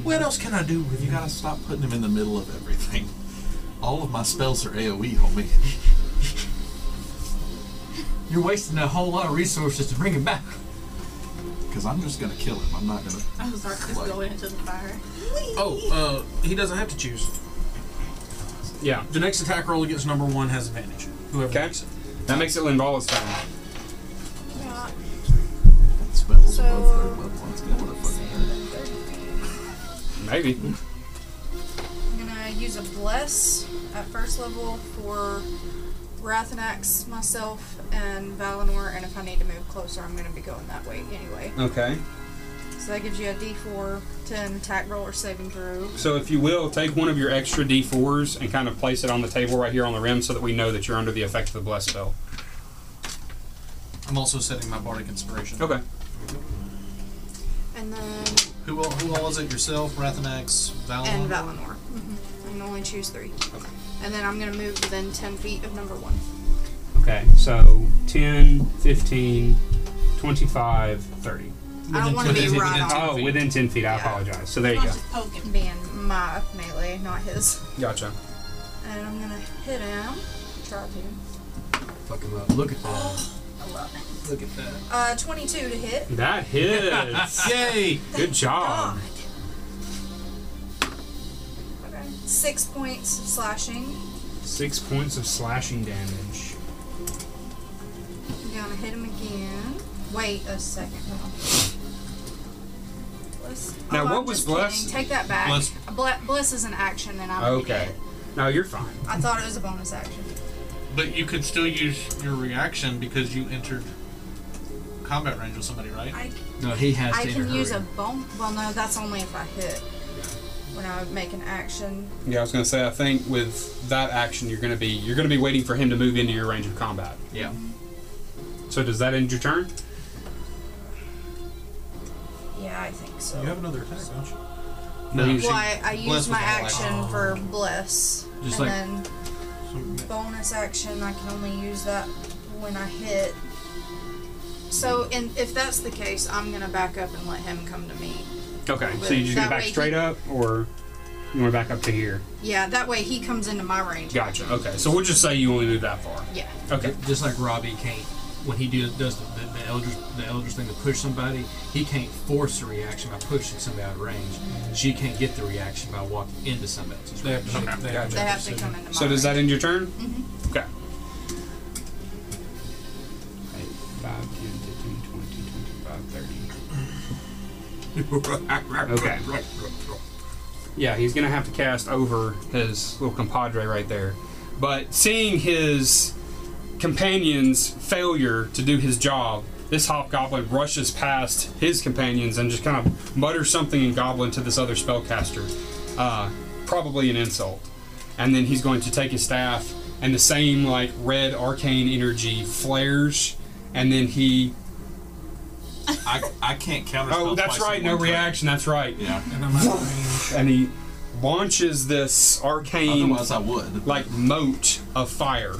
A: What else can I do with
I: you
A: you
I: gotta
A: guys?
I: stop putting him in the middle of everything. All of my spells are AoE, homie.
G: You're wasting a whole lot of resources to bring him back.
I: Because I'm just gonna kill him. I'm not gonna.
F: Ozark is
I: Like-
F: going into the fire.
A: Oh, uh, he doesn't have to choose.
C: Yeah.
A: The next attack roll against number one has advantage. Whoever
C: Okay.
A: makes it.
C: That makes it Linvala's turn.
E: Yeah.
I: That spell's
E: So-
I: above third level. It's gonna wanna fucking hurt.
C: Maybe.
E: I'm gonna use a bless at first level for Rathanax, myself, and Valinor, and if I need to move closer, I'm gonna be going that way anyway.
C: Okay.
E: So that gives you a D4, 10 attack roll or saving throw.
C: So if you will, take one of your extra D4s and kind of place it on the table right here on the rim so that we know that you're under the effect of the Bless spell.
D: I'm also setting my bardic inspiration.
C: Okay.
E: And then
D: Who all, who all is it? Yourself, Rathanax, Valon.
E: and Valinor. I can only choose three. And then I'm gonna move within 10 feet of number one.
C: Okay. So 10, 15, 25, 30.
E: I don't want to be
D: within-
E: right
D: within-
E: on
C: Oh, within 10 feet. I apologize. So there you
F: I'll
C: go.
F: just poke him.
E: being my melee, not his.
C: Gotcha.
E: And I'm gonna hit him. Try to.
G: Fuck him up. Look at that.
F: I love it.
G: Look at that.
E: Uh, 22 to hit.
C: That hits.
D: Yay!
C: Good job.
E: God. Okay. Six points of slashing.
C: Six points of slashing damage.
E: I'm gonna hit him again. Wait a second. hold on. Bless.
C: Now,
E: I'm
C: what was
E: just
C: bless-
E: kidding. Take that back.
D: Bless-
E: Bla- Bliss is an action, and I'm. an
C: Okay.
E: idiot.
C: No, you're fine.
E: I thought it was a bonus action.
D: But you could still use your reaction because you entered combat range with somebody, right?
E: I,
G: No, he has
E: I
G: to
E: can use a
G: hurry.
E: bone. Well, no, that's only if I hit. When I make an action,
C: Yeah, I was gonna say. I think with that action, you're gonna be you're gonna be waiting for him to move into your range of combat.
G: Yeah.
C: So does that end your turn?
E: yeah, I think so.
D: You have another attack, don't you?
C: No.
E: Well, I, I used
D: Bless
E: my
D: was all like-
E: action for bless,
G: Just
E: and
G: like-
E: then bonus action. I can only use that when I hit. So, in, if that's the case, I'm gonna back up and let him come to me.
C: Okay, so you just gonna
E: That
C: back
E: way he-
C: straight up, or you want to back up to here?
E: Yeah, that way he comes into my range.
C: Gotcha. Okay, so we'll just say you only move that far.
E: Yeah.
C: Okay.
G: Just like Robbie can't, when he do, does the, the, the elders the elders thing to push somebody, he can't force a reaction by pushing somebody out of range. She can't get the reaction by walking into somebody else's
D: They
G: range.
D: have to, make- they have to
E: They
D: make a
E: have to
D: decision.
E: come into my
C: So does that
E: range.
C: end your turn?
E: Mhm.
C: Okay. 8, 5, 10, 15, 20, 25, 30. Okay. Yeah, he's going to have to cast over his little compadre right there. But seeing his companion's failure to do his job, this hobgoblin rushes past his companions and just kind of mutters something in goblin to this other spellcaster, uh, probably an insult. And then he's going to take his staff, and the same like red arcane energy flares, and then he.
I: I, I can't counter.
C: Oh, that's right, no reaction. That's right.
I: Yeah.
D: And I'm out of range.
C: And he launches this arcane
I: Otherwise, I would.
C: like moat of fire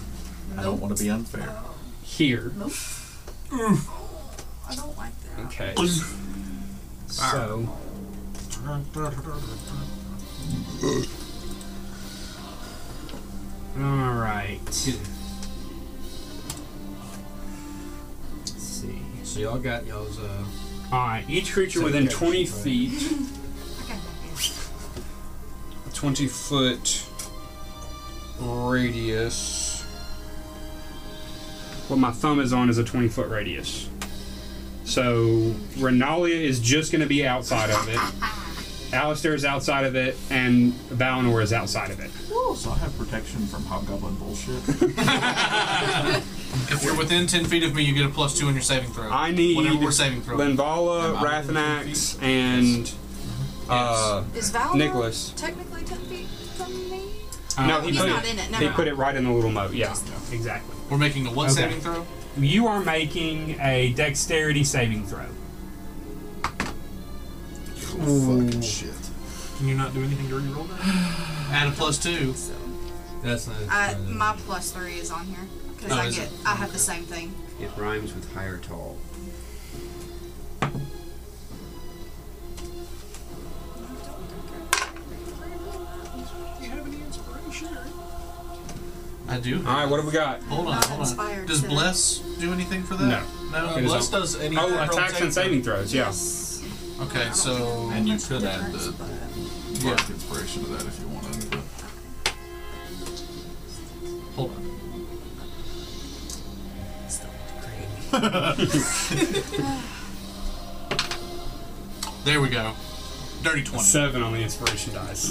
I: I don't want to be unfair.
C: here.
E: I don't like that.
C: Okay. So All right.
G: Let's see. So y'all got y'all's uh,
C: All right. Each creature
G: So
C: within
G: okay,
C: 20
G: right.
C: feet,
E: Okay.
C: 20 foot radius. What my thumb is on is a 20 foot radius. So Renalia is just going to be outside of it. Alistair is outside of it, and Valinor is outside of it.
I: So I have protection from hobgoblin bullshit.
D: If you're within 10 feet of me, you get a plus two on your saving throw.
C: I need
D: Whatever we're saving throw.
C: Linvala,
I: Am I within
C: Rathanax, and uh,
E: Is Val
C: Nicholas.
E: technically ten feet from me?
C: no, he
E: He's
C: put
E: not
C: it.
E: in it,
C: he
E: never
C: put
E: mind.
C: it right in the little moat. Yeah, exactly.
D: We're making a what
C: Okay.
D: saving throw?
C: You are making a dexterity saving throw.
H: Fucking shit.
D: Can you not do anything to reroll that? Add a plus two.
E: So,
G: that's not
E: I, my plus three is on here because
D: Oh,
E: I
D: is
E: get
D: it?
E: I have the same thing.
K: It rhymes with higher tall.
D: I do.
C: All right, what have we got?
D: Hold on,
E: Not
D: hold on.
E: inspired
D: Does
E: to-
D: bless do anything for that? No.
C: It
D: No,
C: is
D: bless
C: not-
D: does any
C: Oh,
D: roll
C: attacks and saving throws. Yeah.
E: Yes.
D: throw. Okay, so
I: And you could add the
D: Yeah.
I: bardic inspiration to that if you wanted. But
D: hold on. There we go. Dirty twenty.
C: Seven on the inspiration dice.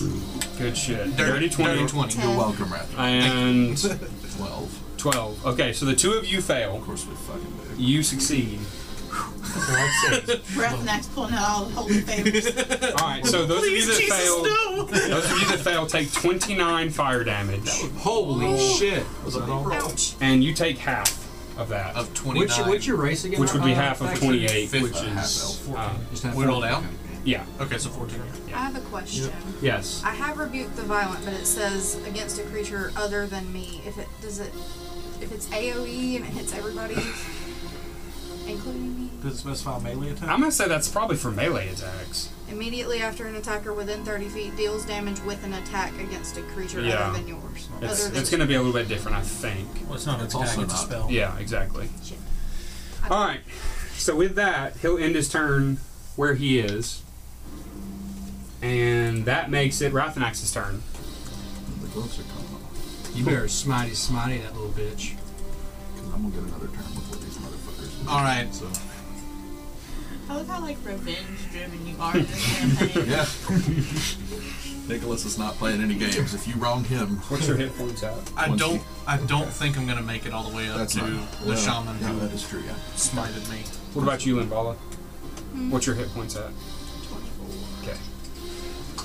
C: Good shit. Dirty
D: Dirty
C: twenty.
D: twenty.
I: you're welcome, Raptor.
C: And
I: Twelve.
C: twelve. Okay, so the two of you fail.
I: Of course, we fucking do.
C: You succeed.
F: Rathanax pulling out all the holy favors.
C: All right, so those of you that
F: Jesus,
C: fail, those of you that fail take twenty-nine fire damage,
G: holy shit.
I: Was that all?
E: Ouch.
C: and you take half of that,
D: Of twenty
G: Which
D: nine.
G: what's your race again?
C: which would be
G: uh,
C: half of
G: Baxter?
C: twenty-eight,
D: Fifth
C: which
D: of half
C: is uh,
G: Just not
D: we rolled
G: fun.
D: out?
C: yeah.
D: Okay, so fourteen.
E: I have a question.
G: Yes.
E: I have rebuked the violent, but it says against a creature other than me. If it does it, if it's AOE and it hits everybody, including me,
B: Does it specify melee attack?
C: I'm gonna say that's probably for melee attacks.
E: immediately after an attacker within 30 feet deals damage with an attack against a creature
C: Yeah.
E: other than yours.
C: It's,
E: other than
C: it's going to be a little bit different, I think.
B: Well, it's not an
I: It's
B: attack,
I: also
B: it's a
I: not.
D: Oh.
B: spell.
C: Yeah, exactly.
E: Shit.
C: All right. So with that, he'll end his turn where he is, and that makes it Rathanax's turn.
I: The gloves are coming off.
G: You better smitey smitey that little bitch.
I: Because I'm gonna get another turn before these motherfuckers.
D: All right.
I: So
F: I like how like revenge driven you are in this campaign.
I: yeah. Nicholas is not playing any games. If you wrong him,
C: What's your hit points at?
D: I
I: Once
D: don't.
I: you-
D: I don't think I'm gonna make it all the way up
I: that's
D: to
I: not
D: the
I: Well,
D: shaman
I: Yeah,
D: who
I: that is true. Yeah.
D: smited me.
C: What about you, Limbala?
E: Hmm.
C: What's your hit points at? Okay.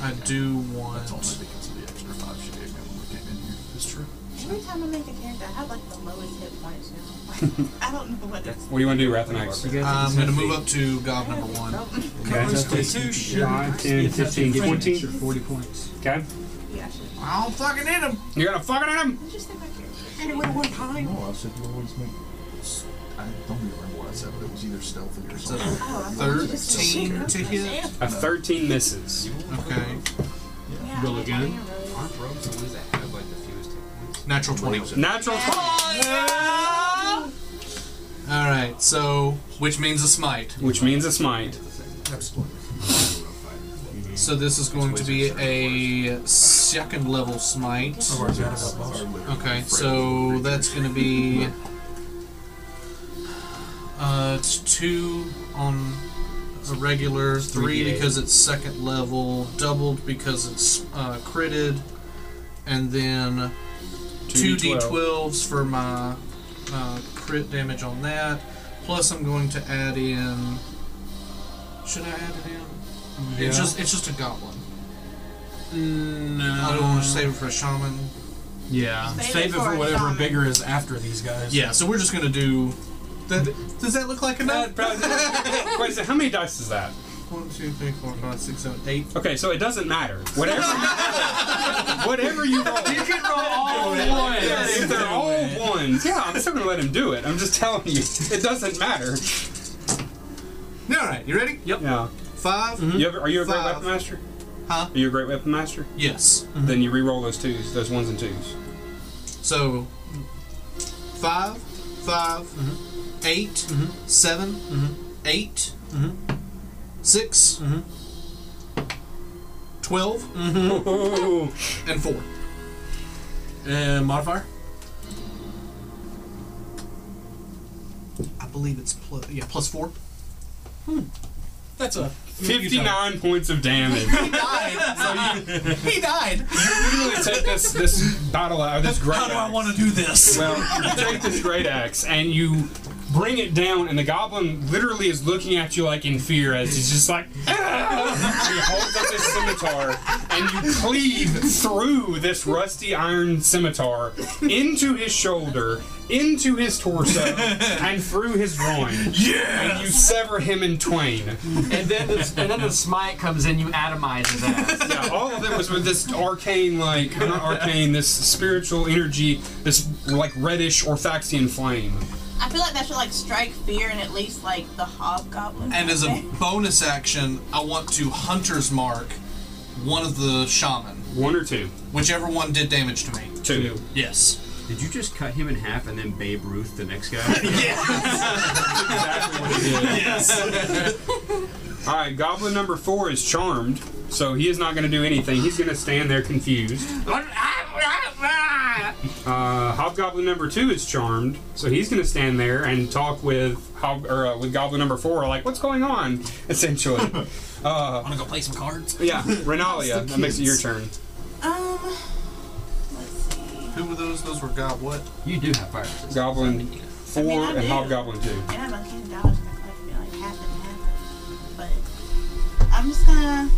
D: I do want.
I: That's only because of the extra five she gave me when we came in here. That's true.
F: Every time I make a character, I have like the lowest hit points now. I don't know what that's.
C: What do you want to do, Rathanax?
A: Um,
D: I'm gonna move up to gob number one.
C: Constitution. 10, 15, 20.
G: Extra 40 points.
C: Okay.
F: Yeah, I should.
D: I don't fucking hit him.
C: You're going to fucking hit him!
F: Just think my character.
I: No, I said you always make
H: I don't even remember what I said, but it was either stealthy or something.
D: Thirteen to hit.
C: A 13 misses.
D: Okay.
C: Roll again.
K: Aren't rogues the ones that have like the fewest hit points?
D: Natural twenty.
C: Natural 20.
D: All right. So, which means a smite.
C: Which means a smite.
D: So this is going to be a second level smite. Okay, so that's going to be uh, it's two on a regular, three because it's second level, doubled because it's uh, critted, and then two
C: 2d12.
D: d12s for my uh, crit damage on that. Plus, I'm going to add in. Should I add it in? It's just it's just a goblin.
A: No.
D: I don't want to save it for a shaman.
A: Yeah.
F: Save it
A: Save it
F: for
A: for
F: a
A: whatever
F: shaman.
A: bigger is after these guys.
D: Yeah, so we're just gonna do. That, does that look like a nut?
C: Wait a second, how many dice is that?
D: One, two, three, four, five, six, seven, eight.
C: Okay, so it doesn't matter. Whatever whatever you roll. You can roll all ones. if they're all ones, yeah, I'm still gonna let him do it. I'm just telling you, it doesn't matter.
D: All right, you ready? Yep. Mm-hmm.
C: Yeah.
D: 5
C: You ever, are you a great
D: Five.
C: weapon master?
D: Huh?
C: Are you a great weapon master?
D: Yes.
C: Then you re-roll those twos, those ones and twos.
D: So five, five, eight, seven, eight, six, twelve,
C: Ooh.
D: and four.
A: Uh, modifier?
D: I believe it's plus yeah plus four.
A: That's a.
C: 59 points of damage.
D: He died.
C: really take this this battle out this great
A: How do I
C: axe.
A: want to do this?
C: well, you take this great axe and you bring it down, and the goblin literally is looking at you like in fear as he's just like, "Ah!" he holds up his scimitar and you cleave through this rusty iron scimitar into his shoulder, into his torso, and through his groin. Yeah, and you sever him in twain.
K: and then the, and then the smite comes in, you atomize his ass.
C: Yeah, all of it was with this arcane, like not arcane, this spiritual energy, this like reddish Orthaxian flame.
F: I feel like that should like strike fear in at least like the hobgoblin.
D: And as a bonus action, I want to hunter's mark one of the shaman,
C: One or two,
D: whichever one did damage to me.
C: two.
D: Yes.
K: Did you just cut him in half and then Babe Ruth the next guy?
C: All right, goblin number four is charmed, so he is not going to do anything. He's going to stand there confused. Uh, hobgoblin number two is charmed, so he's going to stand there and talk with hob or uh, with goblin number four, like what's going on, essentially. Uh,
A: I'm gonna go play some cards.
C: yeah, Renalia, that makes it your turn.
F: um, let's see.
D: Who were those? Those were God what?
K: you do have fire resistance.
C: Goblin
F: I
C: four
F: mean, I
C: and
F: do.
C: hobgoblin two.
F: Yeah, but I can't dodge. and I feel like half and half. But I'm just gonna.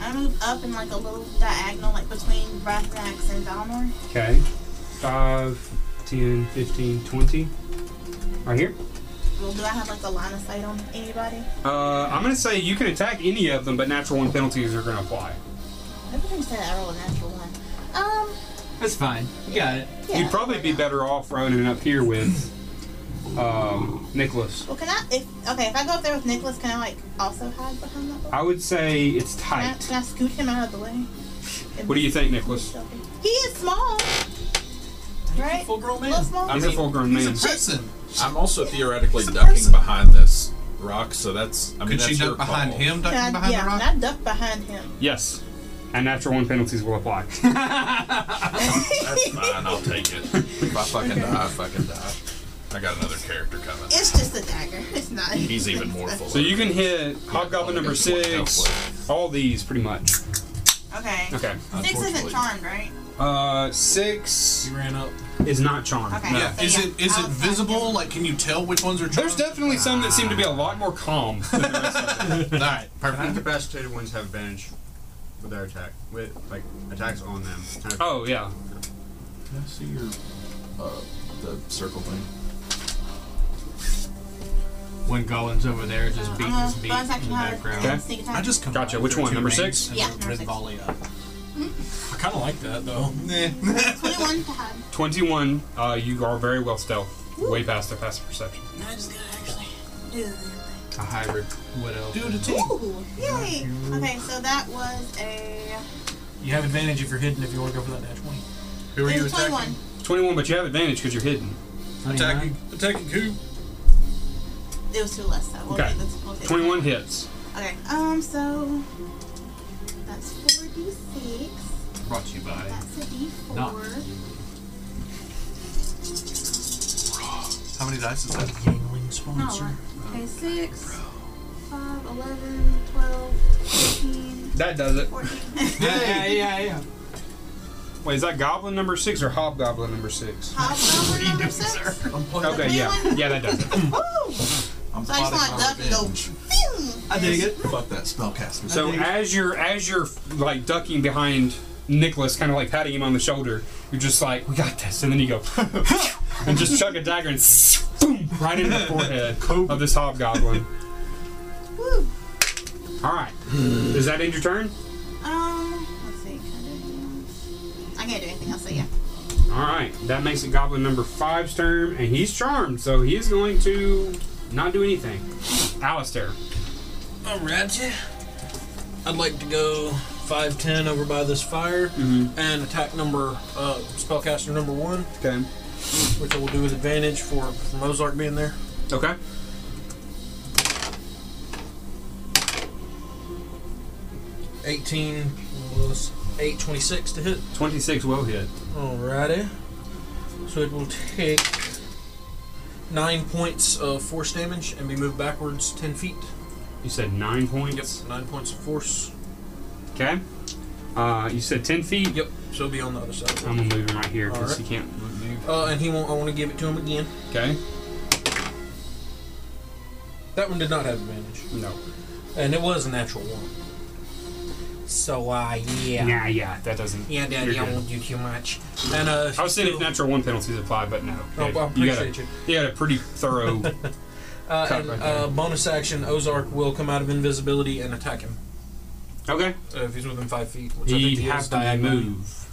F: I move up in like a little diagonal, like between Rathnax and Dalmor.
C: Okay. 5, 10, 15, 20. Right here.
F: Well, do I have like a line of sight on anybody?
C: Uh, I'm going to say you can attack any of them, but natural one penalties are going to apply.
F: Everything said I roll a natural one. Um,
K: That's fine. You got it.
F: yeah.
C: You'd probably be better off running up here with um, Nicholas.
F: Well, can I? If okay, if I go up there with Nicholas, can I like also hide behind that? wall?
C: I would say it's
F: Can I,
C: tight.
F: can I scoot him out of the way?
C: What do you think, Nicholas?
F: He is small, right?
D: Full grown
F: Little
D: man.
F: small.
C: I'm a full grown
D: He's a
C: man.
D: person.
I: I'm also theoretically
D: It's a
I: ducking
D: person.
I: behind this rock, so that's. I mean,
D: Could
I: that's
D: she
I: your
D: duck behind
I: call.
D: him?
F: Can
D: Ducking
F: I,
D: behind
F: yeah,
D: the rock?
F: can I duck behind him?
C: Yes. And natural one penalties will apply.
I: That's fine. I'll take it. If I fucking die, I fucking die. I got another character coming.
F: It's just a dagger. It's not.
I: He's even more full.
C: so you can hit Hobgoblin number six, all these pretty much.
F: Okay.
C: Okay.
F: Six isn't
I: Unfortunately.
F: charmed, right?
C: Uh, six
A: He ran up.
C: is not charmed.
F: Okay.
D: Yeah.
F: So,
D: Is
F: yeah,
D: it is
F: I'll
D: it
F: attack
D: visible?
F: him.
D: Like, can you tell which ones are?
C: There's
D: charmed?
C: definitely some that seem to be a lot more calm than the rest of them.
D: All right. Perfect.
K: Incapacitated ones have advantage with their attack, with like attacks on them.
C: Oh, yeah.
I: Can I see your uh, the circle thing?
K: When Golin's over there, just
F: I'm gonna bonus action hide and sneak attack.
D: I just combined
C: Gotcha. Which one?
D: two
C: Number
D: names
C: six?
D: and
F: Yeah,
D: the
F: number
D: red
F: six.
D: volley up.
A: I kind of like that though.
F: Twenty-one to hide.
C: 21, uh, you are very well stealth. Way past their passive perception.
F: I just gotta actually do the
G: A hybrid widow.
I: Do the team.
F: Ooh, yay! Okay, so that was a.
A: You have advantage if you're hidden if you want to go for that nat 20.
J: Who are
F: it
J: you
F: was
J: attacking?
F: 21.
C: 21, but you have advantage because you're hidden.
J: Attacking, attacking who?
F: It was two less, so we'll
C: Okay.
F: take this. We'll take
C: 21 hits.
F: that. Okay, um, so. That's 4d6.
G: Brought to you by.
F: That's a d4.
G: Not.
I: How many dice is that?
A: Yangling sponsor.
F: Oh, okay, 6, 5, 11, 12, 13,
C: That does it.
F: 14.
C: Yeah,
G: yeah, yeah.
C: Wait, is that goblin number six or hobgoblin number six?
F: Hobgoblin number 6.
C: Okay, yeah. Yeah, that does it.
F: Woo!
I: I'm
F: So I just
I: plotting
F: want
I: my
F: Duck to go.
I: revenge.
F: phew!
G: I dig it.
I: Fuck that spellcaster.
C: So
G: think-
C: as you're as you're like ducking behind Nicholas, kind of like patting him on the shoulder, you're just like, "We got this," and then you go and just chuck a dagger and boom, right in the forehead of this hobgoblin.
F: Woo!
C: All right, does that end your turn?
F: Um, let's see. Can I do anything else? I can't do anything else, so yeah.
C: All right, that makes it goblin number five's turn, and he's charmed, so he is going to not do anything. Alistair,
A: Alrighty. I'd like to go 5'10 over by this fire and attack number, uh, spellcaster number one,
C: okay,
A: which I will do with advantage for, for Mozart being there.
C: okay,
A: Eighteen plus eight, twenty-six to hit.
C: twenty-six will hit.
A: Alrighty. So it will take nine points of force damage and be moved backwards ten feet.
C: You said nine points.
A: Nine points of force.
C: Okay. Uh, you said ten feet.
A: Yep. So it'll be on the other side.
C: I'm gonna move him right here because
A: Alright.
C: he can't move.
A: Uh, and he won't. I want to give it to him again.
C: Okay.
A: That one did not have advantage,
C: No.
A: and it was a natural one. So uh, yeah.
C: Yeah, yeah, that doesn't.
A: Yeah, Daddy,
C: you're
A: I
C: good.
A: won't do too much. And uh,
C: I was saying if
A: still-
C: natural one penalties apply, but no.
A: Oh, I
C: you, got a,
A: appreciate you.
C: you got a pretty thorough.
A: Uh,
C: Cut
A: and,
C: right there.
A: uh, bonus action, Ozark will come out of invisibility and attack him
C: okay.
A: uh, if he's within five feet. Which I think
C: He'd
A: he
C: have
A: is
C: to
A: diagonally.
C: move.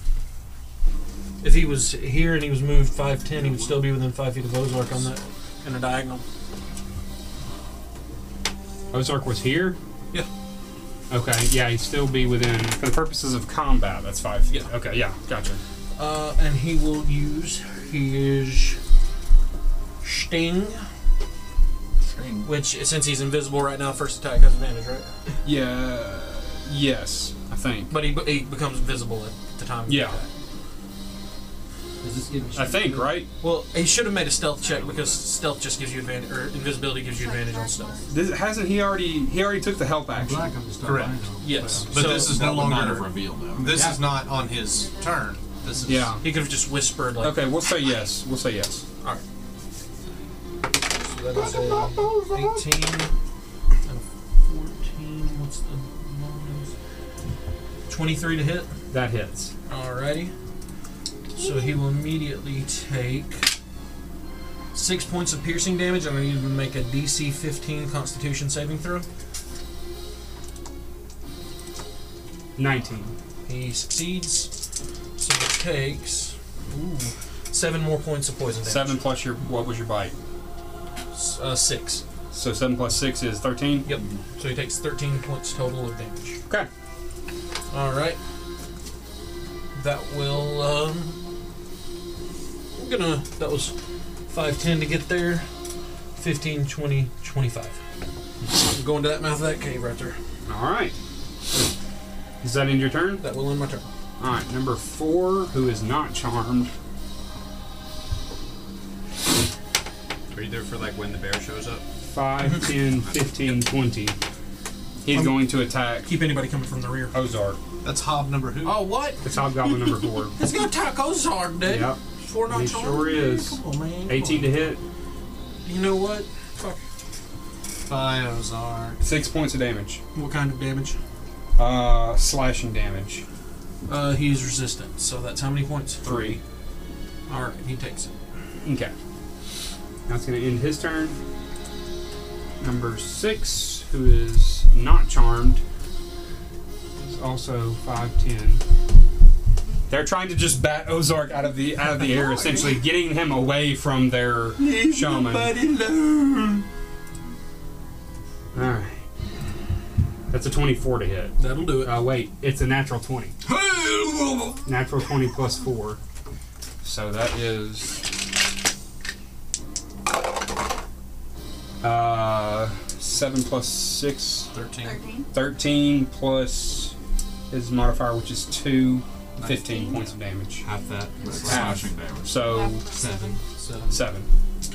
A: If he was here and he was moved five ten, he would still be within five feet of Ozark on that in a diagonal.
C: Ozark was here.
A: Yeah.
C: Okay. Yeah, he'd still be within for the purposes of combat. That's five. feet.
A: Yeah.
C: Okay. Yeah. Gotcha.
A: Uh, and he will use his sting,
I: Shame.
A: which since he's invisible right now, first attack has advantage, right?
C: Yeah. Yes, I think.
A: But he, he becomes visible at the time. of the
C: Yeah.
A: attack.
G: Does this give me
C: I think right.
A: Well, he should have made a stealth check because stealth just gives you advantage, or invisibility gives you advantage on stealth.
C: This, hasn't he already? He already took the help action.
K: Black, I'm just not
I: Correct.
K: buying them.
A: Yes,
K: But
A: so
K: this is no
I: That would not have
K: longer.
I: revealed them.
K: This is not on his turn. This is.
C: Yeah.
A: he could have just whispered like,
C: Okay. We'll say yes. We'll say yes.
A: Alright. So that is a 18 and a 14. What's the bonus? 23 to hit.
C: That hits.
A: Alrighty. So he will immediately take 6 points of piercing damage. I'm going to need him to make a DC 15 Constitution saving throw.
C: Nineteen.
A: He succeeds. So it takes ooh, 7 more points of poison damage.
C: Seven plus your what was your bite?
A: S- Uh, 6.
C: So seven plus six is thirteen.
A: Yep. So he takes 13 points total of damage.
C: Okay.
A: All right. That will. Um, I'm gonna. That was 510 to get there. 15, 20, 25. I'm going to that mouth of that cave right there.
C: All right. Is that in your turn?
A: That will end my turn.
C: All right. Number four, who is not charmed.
K: Are you there for like when the bear shows up?
C: 5, 10, 15, 20. He's going to attack
A: Keep anybody coming from the rear.
C: Ozark.
K: That's hob number who?
A: Oh, what?
C: It's hobgoblin number four.
A: It's gonna attack Ozark, dude.
C: Yep.
A: Four
C: He
A: notch
C: sure is.
A: Come on, man. Come
C: 18 to hit.
A: on. You know what? Fuck.
K: Biozark.
C: Six points of damage.
A: What kind of damage?
C: Uh, slashing damage.
A: Uh, he's resistant, so that's how many points?
C: Three.
A: All right, he takes it.
C: Okay. That's going to end his turn. Number six, who is not charmed, is also 5'10. They're trying to just bat Ozark out of the out of the air, essentially getting him away from their shaman. All right. That's a 24 to hit.
J: That'll do it.
C: Uh, wait, it's a natural 20. natural 20 plus 4. So that is. Uh, 7 plus 6.
D: 13.
F: 13.
C: 13 plus his modifier, which is 2. 15 points of damage.
G: Half that.
I: That's
C: Half.
I: smashing damage.
C: So,
G: Seven.
D: Seven.
C: 7.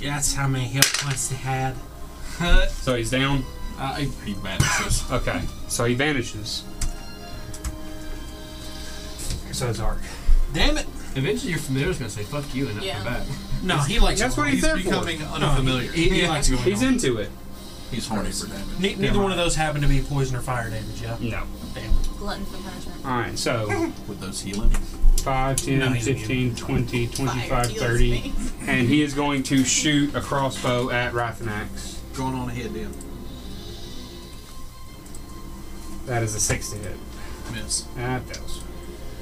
J: That's how many hit points they had.
C: So he's down.
I: Uh, he, he vanishes.
C: Okay. So he vanishes.
A: So it's arc.
J: Damn it!
K: Eventually, your familiar's gonna say "fuck you" and not
F: Yeah.
K: come back.
J: No, he likes.
C: That's
J: going.
C: what he's there for.
D: Becoming unfamiliar.
J: He, he likes going.
C: He's
J: on.
C: into it.
I: He's horny for damage.
J: Ne- neither one of those happened to be poison or fire damage. Yeah.
C: No.
J: Damn.
F: Glutton for punishment.
C: All right. So.
I: With those healing,
C: 5, 10,
J: No, he's
C: 15, 20, 25,
F: Fire,
C: 30.
F: heals me.
C: And he is going to shoot a crossbow at Rathanax.
D: Going on ahead, Dan.
C: That is a 6 to hit.
D: Miss.
C: That fails.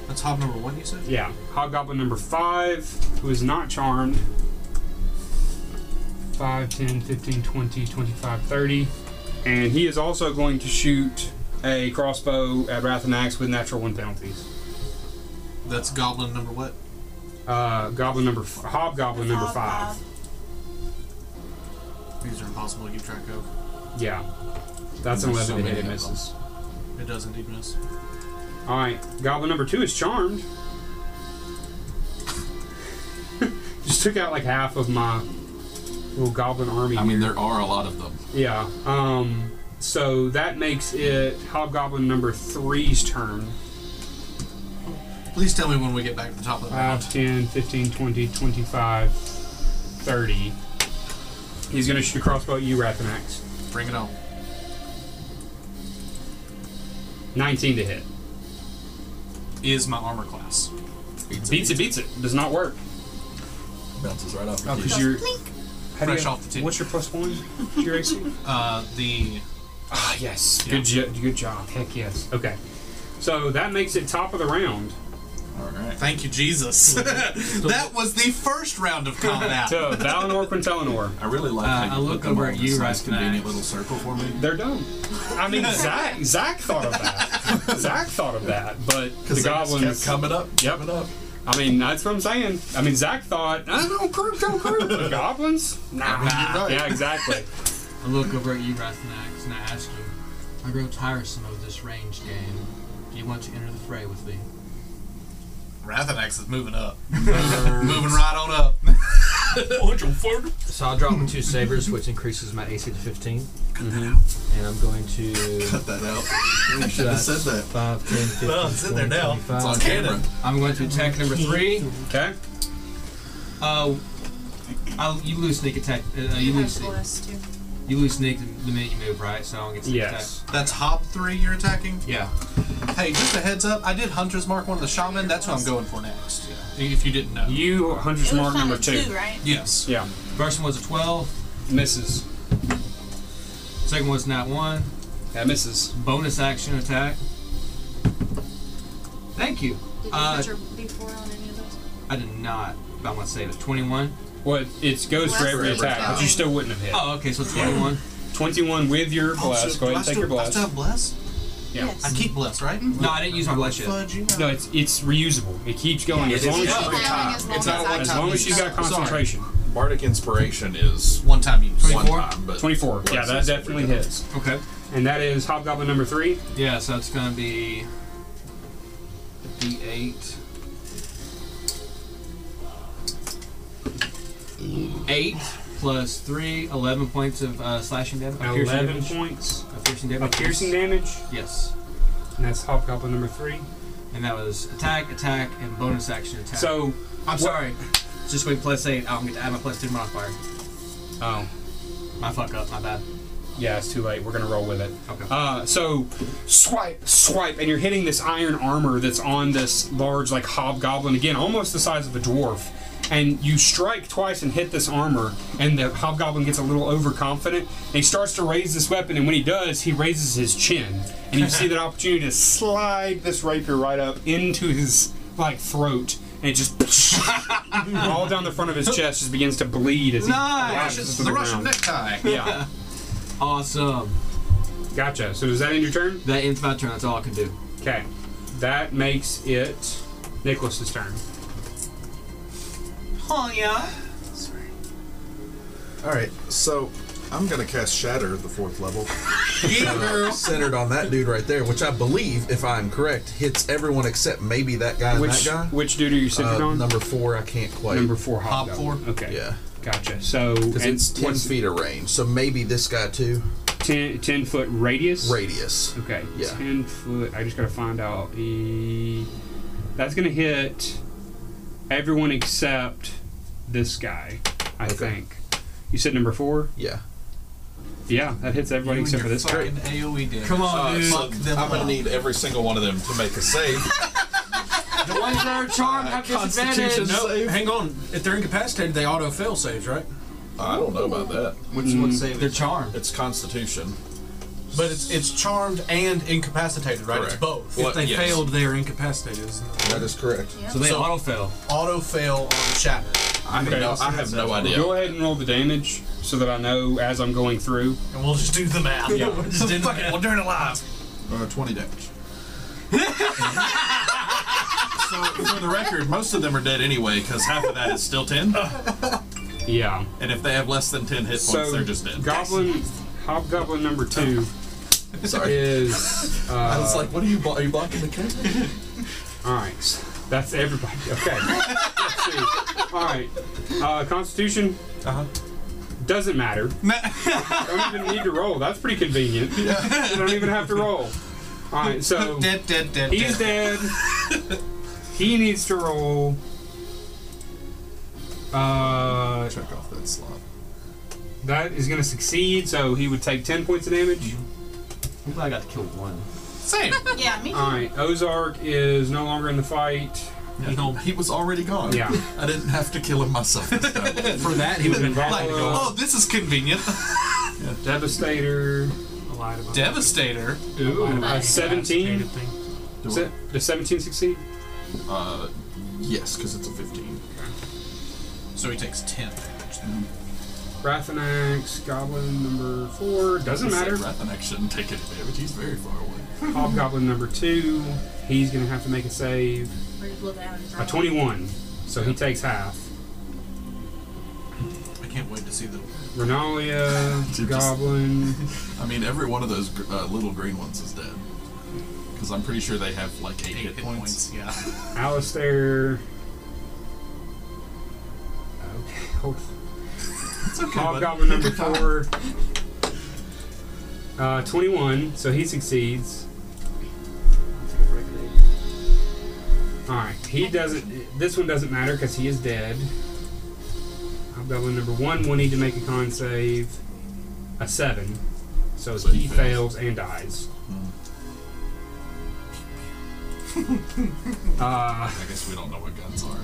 D: That's hob number one, you said?
C: Yeah. Hobgoblin number 5, who is not charmed. 5, 10, 15, 20, 25, 30. And he is also going to shoot a crossbow at Rathanax with natural 1 penalties.
D: That's goblin number what?
C: Uh, goblin number, f- hobgoblin number
F: Five,
C: five.
D: These are impossible to keep track of.
C: Yeah, that's an
I: There's so
C: eleven to hit. It
I: many of them.
C: misses.
D: It does indeed miss.
C: All right, goblin number two is charmed. Just took out like half of my little goblin army.
I: I mean,
C: here.
I: there are a lot of them.
C: yeah. Um, so that makes it hobgoblin number three's turn.
D: Please tell me when we get back to the top
A: Uh,
D: of the round.
C: 5, 10, 15, 20, 25, 30. He's gonna shoot a crossbow at you, Rathanax.
D: Bring it on.
C: 19 to hit.
D: Is my armor class.
C: Beats it, beats it. Does not work.
I: Bounces right off. the
C: Because
I: key.
C: you're how do
D: Fresh
C: you,
D: off the tip.
C: What's your plus one? to your AC?
D: Uh, the
C: Ah, yes. Good, jo- good job. Heck yes. Okay. So that makes it top of the round
I: All right.
D: thank you, Jesus. that was the first round of combat. Uh,
C: to Valinor Quintelinor.
I: I really like
G: I
I: how you
G: look
I: put them
G: over
I: all
G: at
I: in this
G: you,
I: nice
G: Rathanax.
I: convenient little circle for me.
C: They're done. I mean, Zach. Zach thought of that. Zach thought of that, but the
I: Because
C: goblins.
I: coming up,
C: Yep.
I: coming up.
C: I mean, that's what I'm saying. I mean, Zach thought, I don't crew, don't crew. The goblins? Nah. Yeah, exactly.
G: I look over at you, Rathanax, and I ask you, I grow tiresome of this ranged game. Do you want to enter the fray with me?
D: Rathanax is moving up. moving right on up.
A: So I'll drop my two sabers, which increases my AC to 15. And I'm going to.
H: Cut that out. You should have said that.
A: 5, 10, 15,
D: Well, it's in there now.
A: 25.
I: It's on camera.
G: I'm going to attack number three.
C: Okay.
G: Uh, I'll, you lose sneak attack. Uh, you
E: have
G: lose sneak,
E: bless too.
G: you lose sneak the, the minute you move, right? So I don't get sneak
C: Yes.
D: That's Hob 3 you're attacking?
G: attack. Yeah.
D: Hey, just a heads up, I did Hunter's Mark one of the Shaman. That's what I'm going for next. If you didn't know.
C: You, Hunter's
F: It was
C: Mark
F: shot
C: number
F: at two,
C: two.
F: right?
D: Yes.
C: Yeah.
G: First one was a 12.
C: Misses.
G: Second one's not one.
C: That misses.
G: Bonus action attack. Thank you.
E: Did you
G: Uh,
E: put your B4 on any of those?
G: I did not. But I'm gonna save it. 21.
C: Well, it goes for
E: Bless
C: every
E: the
C: attack, but you
E: God.
C: still wouldn't have hit.
G: Oh, okay. So 21.
C: 21 with your bless.
D: Oh, so
C: Go
D: do
C: ahead
D: I
C: and take
D: still-
C: your
D: I
C: bless.
D: still have Bless?
C: Yeah.
E: Yes.
D: I keep Bless, right?
G: No, I didn't use my bless yet.
D: Fudge, you know.
C: No, it's it's reusable. It keeps going
G: Yeah,
C: as
G: it
C: long
G: is.
C: as,
E: Keep
C: she,
E: going as long
I: It's
E: as
I: not
E: I
I: one
C: as
E: can.
C: long as she's got
I: Sorry.
C: concentration.
I: Bardic inspiration is
D: One time use.
I: one
G: 24?
I: time, but
C: 24. Yeah, that
I: Bless is
C: definitely
I: pretty
C: hits.
G: Okay.
C: And that is Hobgoblin number three.
G: Yeah. So it's gonna be a D8. Eight plus three, 11 points of uh, slashing damage. of piercing
C: 11
G: damage.
C: points
G: Of piercing damage.
C: of piercing damage.
G: Yes.
C: And that's Hobgoblin number three.
G: And that was attack, attack, and bonus action attack.
C: So,
G: I'm sorry. It's just going to be plus eight. I don't get to add my plus two modifier.
C: oh,
G: My fuck up. My bad.
C: yeah, it's too late. We're going to roll with it.
G: Okay.
C: Uh, so swipe, swipe, and you're hitting this iron armor that's on this large, like hobgoblin again, almost the size of a dwarf. And you strike twice and hit this armor, and the hobgoblin gets a little overconfident. And he starts to raise this weapon, and when he does, he raises his chin, and you see that opportunity to slide this rapier right up into his like throat, and it just all down the front of his chest just begins to bleed as he crashes to ground. Yeah.
G: Awesome.
C: Gotcha. So does that end your turn?
G: That ends my turn. That's all I can do.
C: Okay. That makes it Nicholas's turn.
F: Oh, yeah.
H: All right, so I'm gonna cast Shatter at the fourth level, Uh, centered on that dude right there, which I believe, if I'm correct, hits everyone except maybe that guy
C: Which
H: and that guy.
C: which dude are you centered
H: Uh,
C: on?
H: Number four, I can't quite.
C: Number four.
D: Hop
C: Hobgoblin. Okay.
H: yeah,
C: Gotcha. So
H: because
C: and
H: it's ten
C: what's
H: feet of range, so maybe this guy too.
C: 10, 10 foot radius.
H: Radius.
C: Okay.
H: Yeah.
C: Ten foot. I just gotta find out. E- That's gonna hit everyone except this guy. I
H: Okay.
C: think. You said number four.
H: Yeah.
C: Yeah, that hits everybody
D: You
C: except
D: and
C: for
D: your
C: this guy.
D: fucking AOE damage.
G: Come on,
I: Uh,
G: dude.
I: so I'm gonna need every single one of them to make a save.
G: The ones that are charmed have
H: Uh,
G: disadvantage.
A: No,
I: save?
A: hang on. If they're incapacitated, they auto fail saves, right?
I: I don't know about that.
K: Which one saved
A: Mm. They're charmed.
I: It's Constitution.
A: But it's it's charmed and incapacitated, right? It's
I: Correct.
A: both.
I: Well,
A: if they
I: yes.
A: failed, they are incapacitated. Isn't it?
H: That is correct.
F: Yep.
G: So they
A: So-
G: auto fail.
A: Auto fail on shatter.
I: I have no, I have no idea.
C: Go ahead and roll the damage so that I know as I'm going through.
A: And we'll just do the math. Yeah. we'll just do the math.
D: Well, during it live.
H: Uh, Twenty damage.
I: So, for the record, most of them are dead anyway because half of that is still 10.
C: Yeah.
I: And if they have less than 10 hit points,
C: So
I: they're just dead.
C: Goblin, hobgoblin number two
H: Sorry.
C: is. Uh,
H: I was like, "What are you? Blo- are you blocking the character?"
C: All right, that's everybody. Okay. Let's see. All right, uh, Constitution. Uh
I: Uh-huh.
C: huh. Doesn't matter. don't even need to roll. That's pretty convenient. You don't even have to roll. All right, so
A: Dead, dead, dead.
C: he's
A: dead.
C: dead. he needs to roll. Uh,
H: Check off that slot.
C: that is going to succeed. So he would take ten points of damage.
G: I'm glad I got to kill one.
I: Same.
F: Yeah, me too.
C: All right, Ozark is no longer in the fight.
I: You know, he was already gone.
C: Yeah.
I: I didn't have to kill him myself this time.
A: For that, he was
C: Involve-
A: like,
D: Oh, this is convenient.
C: Devastator.
D: Devastator.
C: Ooh, uh, seventeen.
H: Do
C: Does,
H: it.
C: it, does 17 succeed?
H: Uh, yes, because it's a fifteen.
D: So he takes 10.
C: Rathanax, Goblin number 4, doesn't
I: Say
C: matter.
I: Rathanak shouldn't take any damage. He's very far away.
C: Hobgoblin number 2, he's going to have to make a save.
F: We're just looking at his
C: A 21, so he takes half.
D: I can't wait to see the.
C: Renalia, Goblin.
I: I mean, every one of those gr- uh, little green ones is dead. Because I'm pretty sure they have like 8,
D: Eight hit points. Yeah.
C: Alistair. Okay, hold Hobgoblin number four. Uh, 21, so he succeeds. Alright, he doesn't. This one doesn't matter because he is dead. Hobgoblin number one will need to make a con save. A 7. So,
I: So
C: he
I: he
C: fails
I: fails.
C: and dies. uh.
I: I guess we don't know what guns are.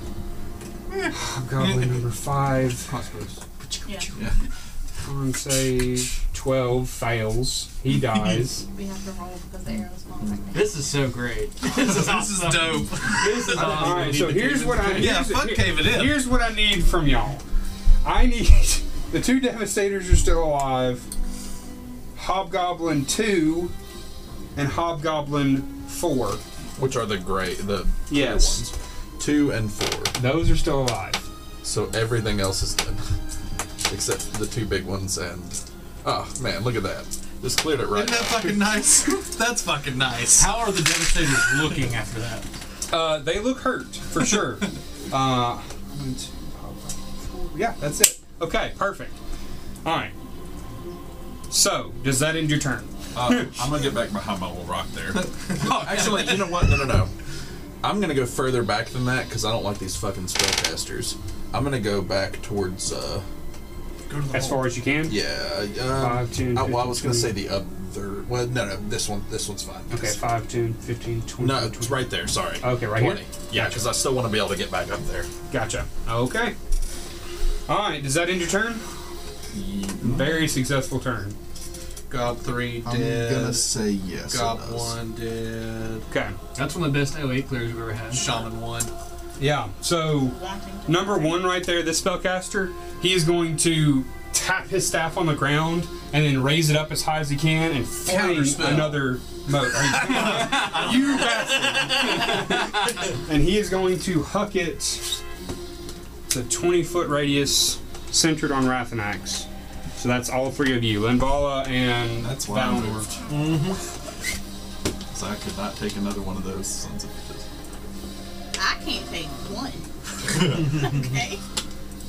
C: Goblin number five.
F: Yeah,
C: On save twelve fails. He dies.
F: we have to roll because the arrow's going like that.
G: This is so great.
D: this is dope.
G: This is awesome.
C: All right. So here's what I
D: Yeah,
C: here's-
D: fuck cave it in.
C: Here's what I need from y'all. I need the two devastators are still alive. Hobgoblin two and Hobgoblin four.
H: Which are the gray, the
C: Yes,
H: two and four.
C: those are still alive.
H: So everything else is dead, except the two big ones and. Oh man, look at that! Just cleared it right.
D: Isn't that fucking nice? That's fucking nice.
A: How are the devastators looking after that?
C: Uh, they look hurt for sure. uh, one, two, five, four. yeah, that's it. Okay, perfect. All right. So, does that end your turn?
I: Uh, I'm gonna get back behind my little rock there.
H: Oh, Actually, you know what? No, no, no. I'm gonna go further back than that because I don't like these fucking spellcasters. I'm gonna go back towards. uh
C: As far as you can.
H: Yeah. Um,
C: Five, ten,
H: I, well, I was gonna say
C: 15,
H: the other. Well, no, no. This one. This one's fine.
C: Okay, 5, 10, 15, 20.
H: No, it's right there. Sorry.
C: Okay, right here?
H: Yeah, because I still want to be able to get back up there.
C: Gotcha. Okay. All right, does that end your turn? Very successful turn.
D: Gob 3
I: I'm
D: did.
I: gonna say yes, it
D: Gob
I: does.
D: 1 did.
C: Okay.
L: That's one of the best 08 clears we've ever had.
D: Shaman 1.
C: Yeah. So number one right there, this spellcaster, he is going to tap his staff on the ground and then raise it up as high as he can and fling
D: Counterspell.
C: another moat. you bastard! and he is going to huck it. It's a 20 foot radius centered on Rathanax. So that's all three of you, Linvala and
I: That's why I
C: Balnor.
I: moved. So I could not take another one of those sons of bitches.
F: I can't take one. okay.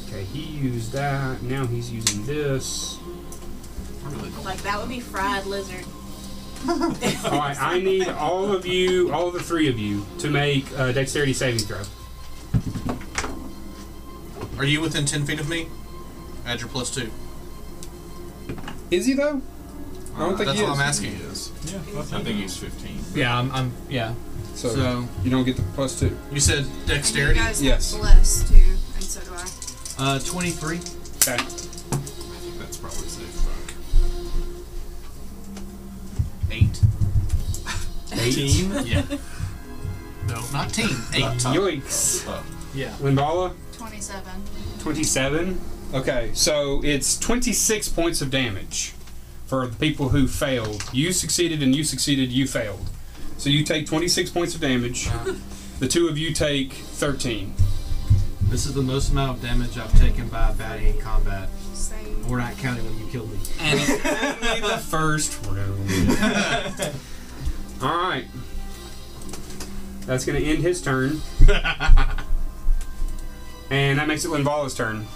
C: Okay, he used that. Now he's using this.
I: I really don't.
F: Like that would be fried lizard.
C: All right, I need all of you, all the three of you, to make a dexterity saving throw.
D: Are you within 10 feet of me? Add your plus 2.
C: Is he though? I don't think
D: That's
C: he
D: what
C: is.
D: I'm asking.
I: Yes.
L: Yeah,
I: I think he's 15.
L: yeah, I'm, I'm yeah.
C: So,
L: So-
C: you don't get the plus two.
D: You said
E: You
D: dexterity?
E: guys
C: Yes.
E: have bless too, and so do I.
L: Uh, 23.
C: Okay.
I: I think that's probably safe. Fuck.
D: 8.
I: 18? yeah.
D: No, not 10. 8.
C: Yoinks.
I: Oh,
L: Yeah.
C: Limbala,
E: 27.
C: twenty-seven. Okay, so it's twenty-six points of damage for the people who failed. You succeeded, and you succeeded. You failed. So you take twenty-six points of damage. The two of you take thirteen.
A: This is the most amount of damage I've taken by a baddie in combat.
E: Same.
A: We're not counting when you killed me.
C: the first round. All right. That's going to end his turn. and that makes it Linvala's turn.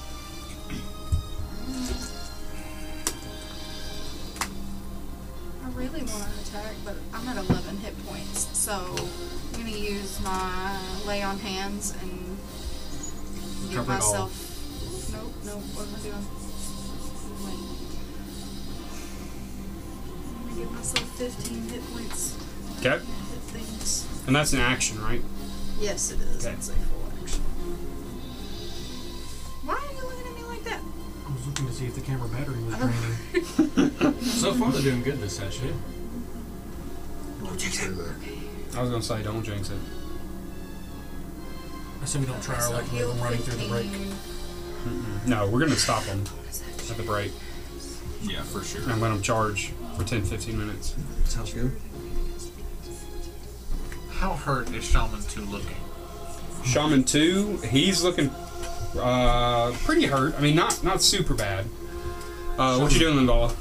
E: I really want to attack, but I'm at 11 hit points, so I'm gonna use my lay on hands and give
A: Cover it all.
E: myself. Nope, nope. What am I doing? Wait. I'm gonna give myself 15 hit points.
C: Okay.
E: and Hit things.
C: And that's an action, right?
E: Yes, it is.
C: Okay.
E: It's a full action. Why are you looking at me like that?
A: I was looking to see if the camera battery was
E: Oh.
A: draining.
L: So far, they're doing good this session.
H: What'd you say there?
C: I was going to say, don't jinx it.
A: I said we don't try our
E: So
A: luck
E: heal
A: with running through the break.
E: 15.
C: No, we're going to stop them at the break
I: yeah, for sure.
C: and let them charge for 10, 15 minutes.
A: Sounds good.
D: How hurt is Shaman 2 looking?
C: Shaman 2, he's looking uh, pretty hurt. I mean, not, not super bad. Uh, what you doing, Linvala?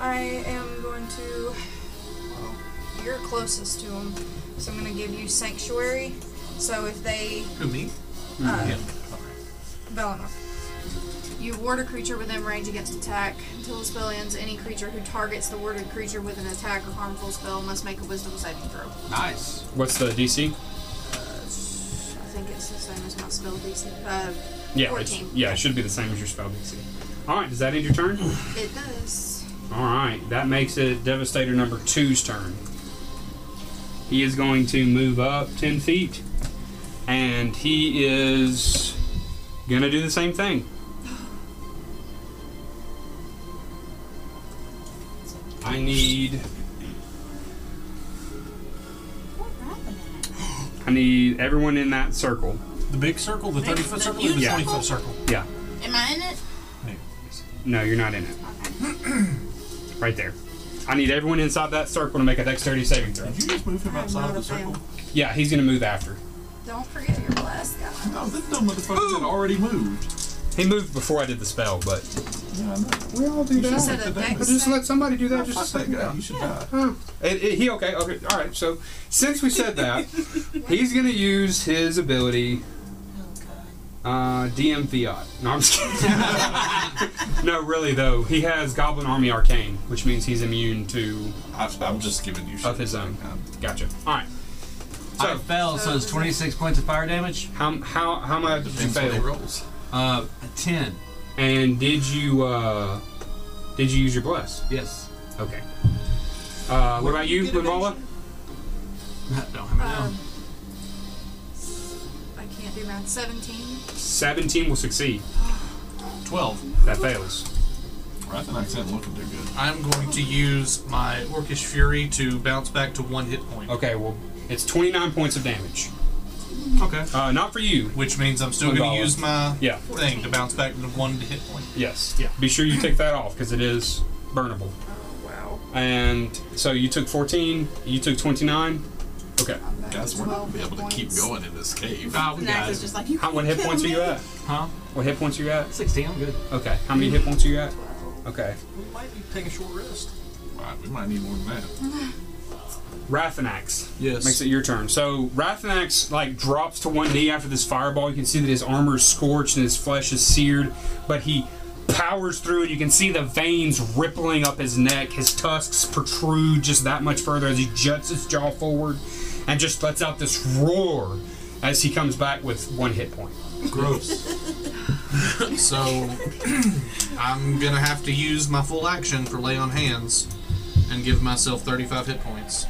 E: I am going to. Well, you're closest to them, so I'm going to give you sanctuary. So if they,
D: Who, me?
C: Mm,
E: uh,
D: Yeah.
E: Bellinor, you ward a creature within range against attack. Until the spell ends, any creature who targets the warded creature with an attack or harmful spell must make a Wisdom saving throw.
I: Nice.
C: What's the DC?
E: I think it's the same as my spell DC. Uh,
C: Yeah, it's-
E: 14.
C: yeah, it should be the same as your spell DC. All right, does that end your turn?
E: It does.
C: All right, that makes it Devastator number two's turn. He is going to move up ten feet, and he is gonna do the same thing. I need
F: What happened?
C: I need everyone in that circle.
K: The big circle, the 30 foot
F: The
K: circle, or
F: huge
K: the
C: circle?
K: 20 foot circle?
C: Yeah,
F: Am I in it?
C: no, you're not in it. Right there. I need everyone inside that circle to make a dexterity saving throw.
I: Did you just move him outside of the
E: Another
I: circle?
C: Yeah, he's gonna move after.
E: Don't forget your blast, guys.
I: No, this dumb motherfucker had already moved.
C: He moved before I did the spell, but
I: Yeah, I know.
C: we all do
E: She said a dex
C: Just
E: save.
C: let somebody do that.
I: Fuck
C: Just a
I: that
C: second.
I: guy. You should die.
C: Oh, it, it- he okay? Okay, all right. So since we said that, he's gonna use his ability,
F: Oh god.
C: uh, DM Fiat. No, I'm just kidding. no, really though, he has Goblin Army Arcane, which means he's immune to
I: I, I'm just giving you shit.
C: of his own.
I: Um,
C: Gotcha. All right.
A: I
C: So
A: fell, so it's 26 points of fire damage.
C: how how how much did you
I: depends on the
C: fail?
I: rolls.
A: Uh, a 10.
C: And did you uh, did you use your bless?
A: Yes.
C: Okay. Uh, what about you, Limola?
A: I don't have it now.
E: Um, I can't do math. 17.
C: Seventeen will succeed.
D: 12.
C: That fails.
I: I Rathanax isn't looking too good.
D: I'm going to use my Orcish Fury to bounce back to one hit point.
C: Okay, well, it's 29 points of damage.
D: Okay.
C: Uh, not for you.
D: Which means I'm still going to use my
C: Yeah.
D: thing to bounce back to one hit point.
C: Yes. Yeah. Be sure you take that off because it is burnable.
D: Wow.
C: And so you took 14, you took 29. Okay.
I: Guys, we're not gonna be able to keep going in this cave.
C: Ah, we got it. How, what hit points are you at? Huh? What hit points are you at?
L: 16, I'm good.
C: Okay. How many hit points are you at? Okay.
L: We might be taking a short rest.
I: we might need more than that.
C: Rathanax.
D: Yes.
C: Makes it your turn. So Rathanax like drops to one knee after this fireball. You can see that his armor is scorched and his flesh is seared, but he powers through it. You can see the veins rippling up his neck. His tusks protrude just that much further as he juts his jaw forward and just lets out this roar as he comes back with one hit point.
D: Gross. so I'm gonna have to use my full action for lay on hands and give myself 35 hit points.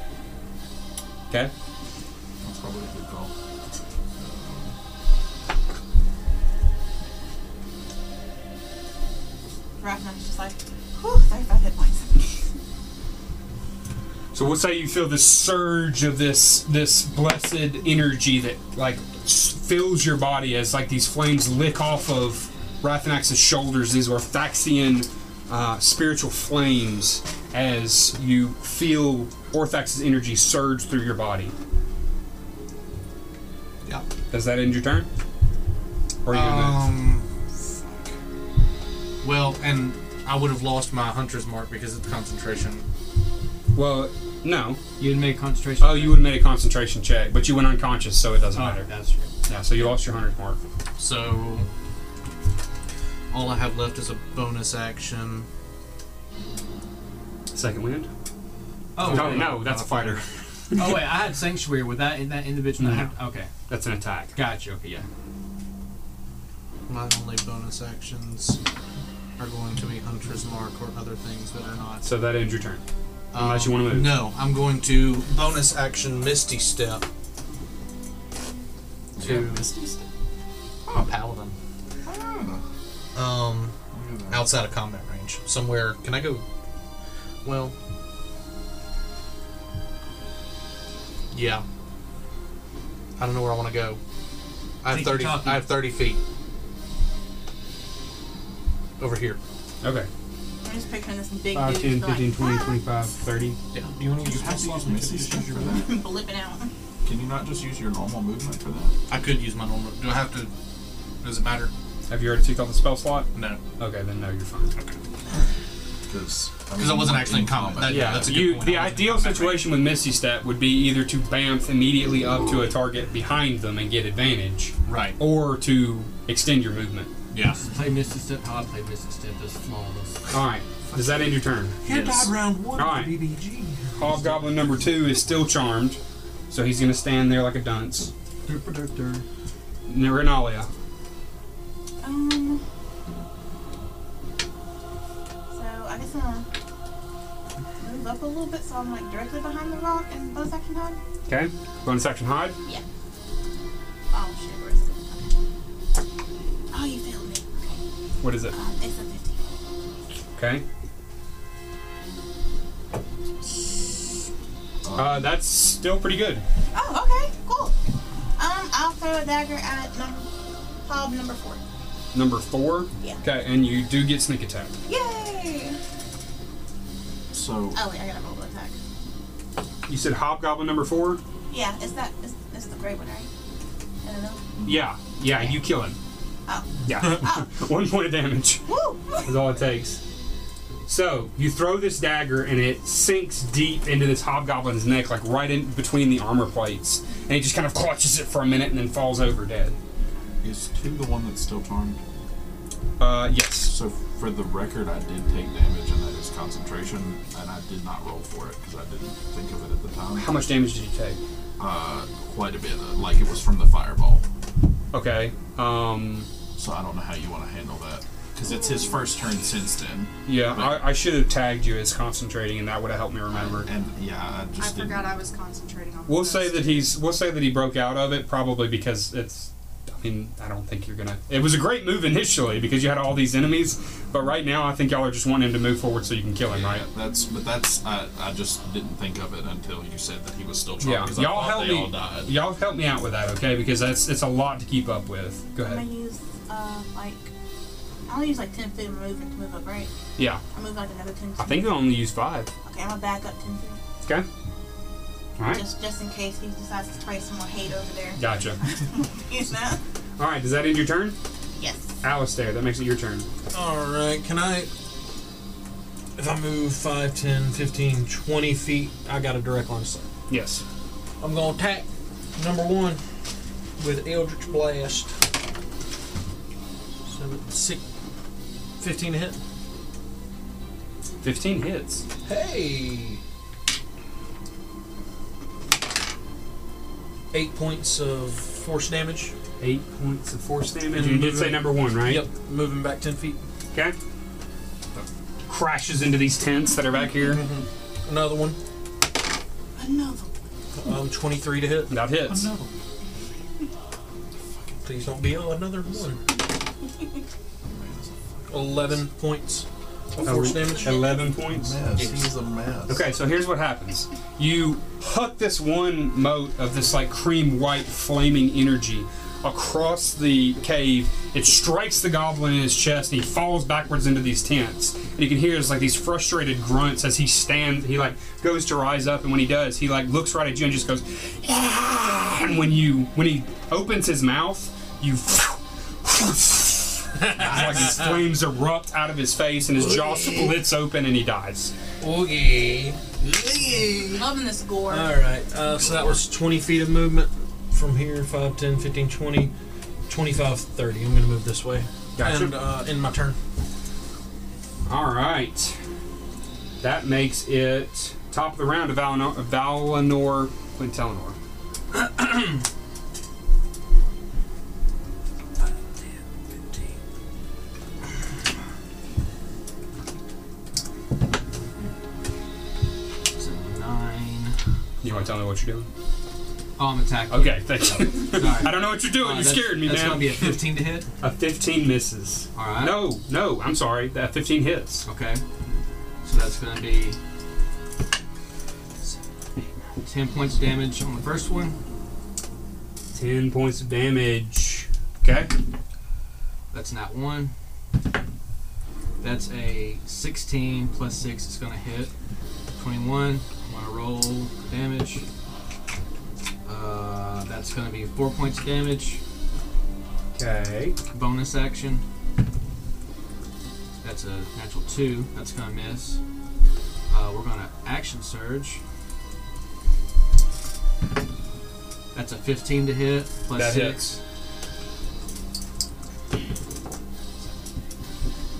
C: Okay.
I: That's probably a good call.
F: Rathnax just like, whew, 35 hit points.
C: So we'll say you feel this surge of this this blessed energy that like s- fills your body as like these flames lick off of Rathanax's shoulders. These Orthaxian uh, spiritual flames as you feel Orthax's energy surge through your body.
D: Yeah.
C: Does that end your turn? Or are you gonna move?
D: Um. Fuck. Well, and I would have lost my hunter's mark because it's concentration.
C: Well, no. You'd made a concentration. Oh, you would have made a concentration check, but you went unconscious, so it
L: Oh,
C: doesn't
D: Oh.
C: matter. That's true. Yeah, so you lost your hunter's mark.
D: So all I have left is a bonus action.
C: Second wind.
L: Oh,
C: no,
L: okay.
C: no, uh, that's a fighter.
L: oh wait, I had sanctuary with that in that individual.
C: No.
L: okay,
C: that's an attack.
L: Gotcha. Okay, yeah.
D: My only bonus actions are going to be hunter's mark or other things that are not.
C: So that ends your turn. Unless you want to move.
D: Um, No, I'm going to bonus action Misty Step. To Misty Step. I'm a paladin. Um, outside of combat range, somewhere. Can I go? Well, yeah. I don't know where I want to go. I have thirty. I have thirty feet. Over here.
C: Okay.
F: I'm just picturing this big
C: 5,
F: dude
C: 10, 15, 20,
F: like,
C: 25, 30.
D: Yeah.
I: You want to use plus slots Misty Step for that?
F: blipping out.
I: Can you not just use your normal movement for that?
D: I could use my normal. Do I have to? Does it matter?
C: Have you already took off the spell slot?
D: No.
C: Okay, then no, you're fine. Okay.
I: Because
D: Because I wasn't actually in combat. That- yeah, that's a good
C: you,
D: point.
C: The ideal situation with Misty Step would be either to bamf immediately up to a target behind them and get advantage.
D: Right.
C: Or to extend your movement.
D: Yeah.
L: Play Mystic Step. How I play Mystic Step is flawless.
C: All right. Does that end your turn?
L: round one.
C: All right. Hobgoblin number two is still charmed, so he's gonna stand there like a dunce. Nerinalia.
F: Um. So I guess I'm gonna move up a little bit so I'm like directly behind the rock and bonus action hug.
C: Okay. Bonus action hide.
F: Yeah. Oh shit, where's it? Okay. Oh, you failed me.
C: What is it?
F: Um, it's a 15.
C: Okay. Uh, that's still pretty good.
F: Oh, okay, cool. Um, I'll throw a dagger at number hob number four.
C: Number four.
F: Yeah.
C: Okay, and you do get sneak attack.
F: Yay!
I: So
F: Oh wait, I gotta roll the attack.
C: you said hobgoblin number four.
F: Yeah, it's that. It's, it's the great one, right? I don't know.
C: Yeah. Yeah, you kill him.
F: Oh.
C: Yeah. One point of damage
F: Woo!
C: is all it takes. So you throw this dagger and it sinks deep into this hobgoblin's neck, like right in between the armor plates, and he just kind of clutches it for a minute and then falls over dead.
I: Is two the one that's still charmed?
C: Uh, yes.
I: So for the record, I did take damage, and that is concentration, and I did not roll for it because I didn't think of it at the time.
C: How much damage did you take?
I: Uh, quite a bit. uh, Like it was from the fireball.
C: Okay. Um.
I: So I don't know how you want to handle that because it's his first turn since then.
C: Yeah, I, I should have tagged you as concentrating, and that would have helped me remember.
I: And yeah, I
E: I forgot I was concentrating on.
C: We'll say that he's. We'll say that he broke out of it, probably because it's. I and I don't think you're gonna. It was a great move initially because you had all these enemies, but right now I think y'all are just wanting him to move forward so you can kill him, right?
I: That's but that's I, I just didn't think of it until you said that he was still trying.
C: Yeah,
I: 'cause I
C: y'all
I: thought
C: help
I: they
C: me.
I: All died.
C: Y'all help me out with that, okay? Because that's it's a lot to keep up with. Go
F: I'm
C: ahead.
F: gonna use uh, like I only use like ten feet of movement to move up, right?
C: Yeah,
F: I move like another ten. Feet.
C: I think I only used five.
F: Okay, I'm gonna back up ten feet.
C: Okay. All right.
F: Just just in case he decides to spray some more hate over there.
C: Gotcha.
F: you know.
C: All right. Does that end your turn?
F: Yes.
C: Alistair, that makes it your turn.
A: All right, can I? If I move 5, 10, 15, 20 feet, I got a direct line of sight.
C: Yes.
A: I'm going to attack number one with Eldritch Blast. Seven, six, 15 to hit.
C: 15 hits.
A: Hey! Eight points of force damage.
C: Eight points of force damage.
A: And
C: you did say
A: moving-
C: number one, right?
A: Yep, moving back 10 feet.
C: Okay. Crashes into these tents that are back here.
A: Mm-hmm. Another one.
F: Another.
A: Um, 23 to hit.
C: That hits.
A: Another. Please don't be another one. 11 points of force damage.
C: 11 points.
H: He's a mess.
C: Okay, so here's what happens. You hook this one mote of this like cream white flaming energy across the cave. It strikes the goblin in his chest and he falls backwards into these tents. And you can hear his like these frustrated grunts as he stands he like goes to rise up and when he does, he like looks right at you and just goes "Ah!" and when you when he opens his mouth, you like these flames erupt out of his face and his jaw splits open and he dies.
A: Okay.
F: Loving this gore.
A: Alright, uh, so that was 20 feet of movement from here 5, 10, 15, 20, 25, 30. I'm going to move this way.
C: Gotcha.
A: And uh, end my turn.
C: All right. That makes it top of the round of Valinor, Valinor Quintelinor.
G: It's a nine.
C: You want to tell me what you're doing?
G: Oh, I'm attacking.
C: Okay, thank you.
G: Sorry.
C: I don't know what you're doing.
G: Uh,
C: you
G: that's-
C: scared me,
G: that's
C: man.
G: gonna be a 15 to hit.
C: A 15 misses.
G: All right.
C: No, no, I'm sorry. That 15 hits.
G: Okay. So that's gonna be ten points of damage on the first one.
C: 10 points of damage. Okay.
G: That's not one. That's a 16 plus six. It's gonna hit 21. I'm gonna roll for damage. Uh, that's gonna be four points of damage.
C: Okay.
G: Bonus action. That's a natural two. That's gonna miss. Uh, we're gonna action surge. That's a 15 to hit plus
C: That
G: six.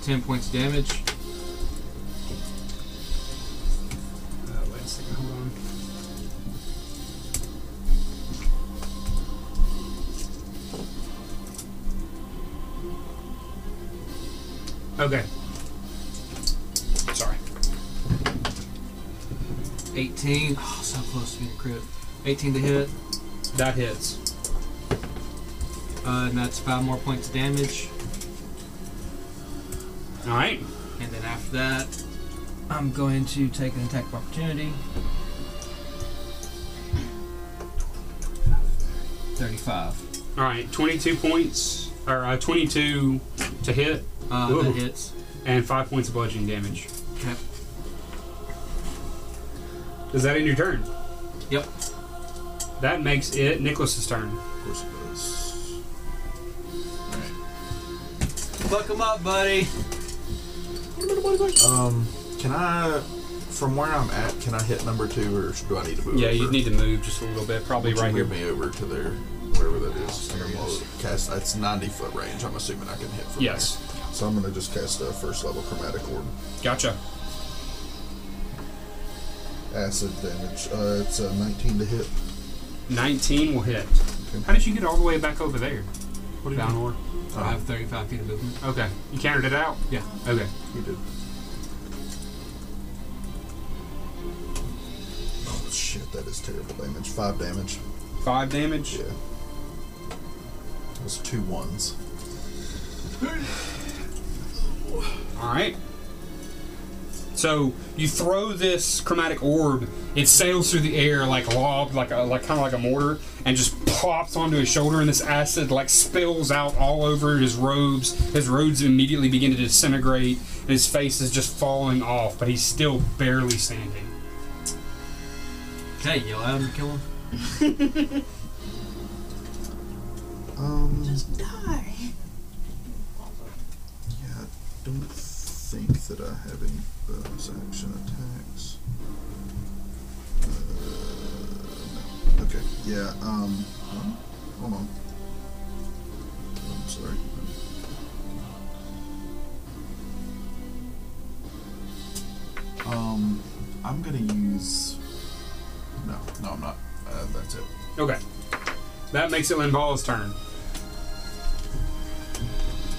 G: 10 points damage.
C: Uh, wait a second, hold on. Okay. Sorry.
G: 18. Oh, so close to being a crit. 18 to hit.
C: That hits.
G: Uh, and that's five more points of damage.
C: All right.
G: And then after that, I'm going to take an attack of opportunity. 35.
C: All right. 22 points, or uh, 22 to hit.
G: Uh,
C: Ooh.
G: that hits.
C: And five points of bludgeoning damage.
G: Okay.
C: Is that in your turn?
G: Yep.
C: That makes it Nicholas's turn.
I: Of course it does.
G: Fuck him up, buddy.
H: Um, can I, from where I'm at, can I hit number two, or do I need to move?
C: Yeah,
H: over?
C: you'd need to move just a little bit, probably
H: Would you
C: right here.
H: move me over to there, wherever that is. And then I'll cast. That's 90 foot range. I'm assuming I can hit from
C: Yes.
H: there. So I'm gonna just cast a first level chromatic orb.
C: Gotcha.
H: Acid damage. Uh, it's a 19 to hit.
C: 19 will hit. How did you get all the way back over there? What
G: do you
C: Down or?
G: I have 35 feet of movement.
C: Okay. You counted it out?
G: Yeah.
C: Okay.
H: You did. Oh shit, that is terrible damage. Five damage.
C: Five damage?
H: Yeah. Those two ones.
C: All right. So you throw this chromatic orb. It sails through the air like a log, like a, like kind of like a mortar, and just pops onto his shoulder. And this acid like spills out all over his robes. His robes immediately begin to disintegrate. And his face is just falling off, but he's still barely standing.
L: Can I yell at him to kill him?
H: Um,
F: Just die.
H: yeah, I don't think that I have any bonus action attacks. Uh, no. Okay, yeah, um, um, hold on. I'm sorry. Um, I'm gonna use. No, no, I'm not. Uh, that's it.
C: Okay. That makes it Linval's turn.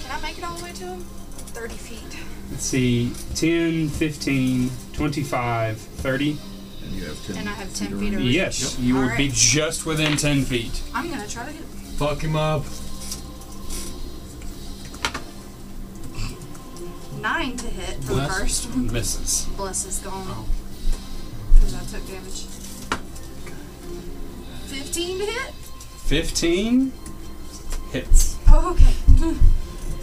E: Can I make it all the way to him? 30 feet.
C: Let's see 10, 15, 25, 30.
H: And you have 10.
E: And I have 10 feet of reach.
C: Yes, you would be
E: Alright.
C: just within 10 feet.
E: I'm gonna try to hit him.
L: Fuck him up.
E: Nine to hit for the first.
C: Misses.
E: Bless is gone. Because I took damage. 15 to hit?
C: 15 hits.
E: Oh, okay.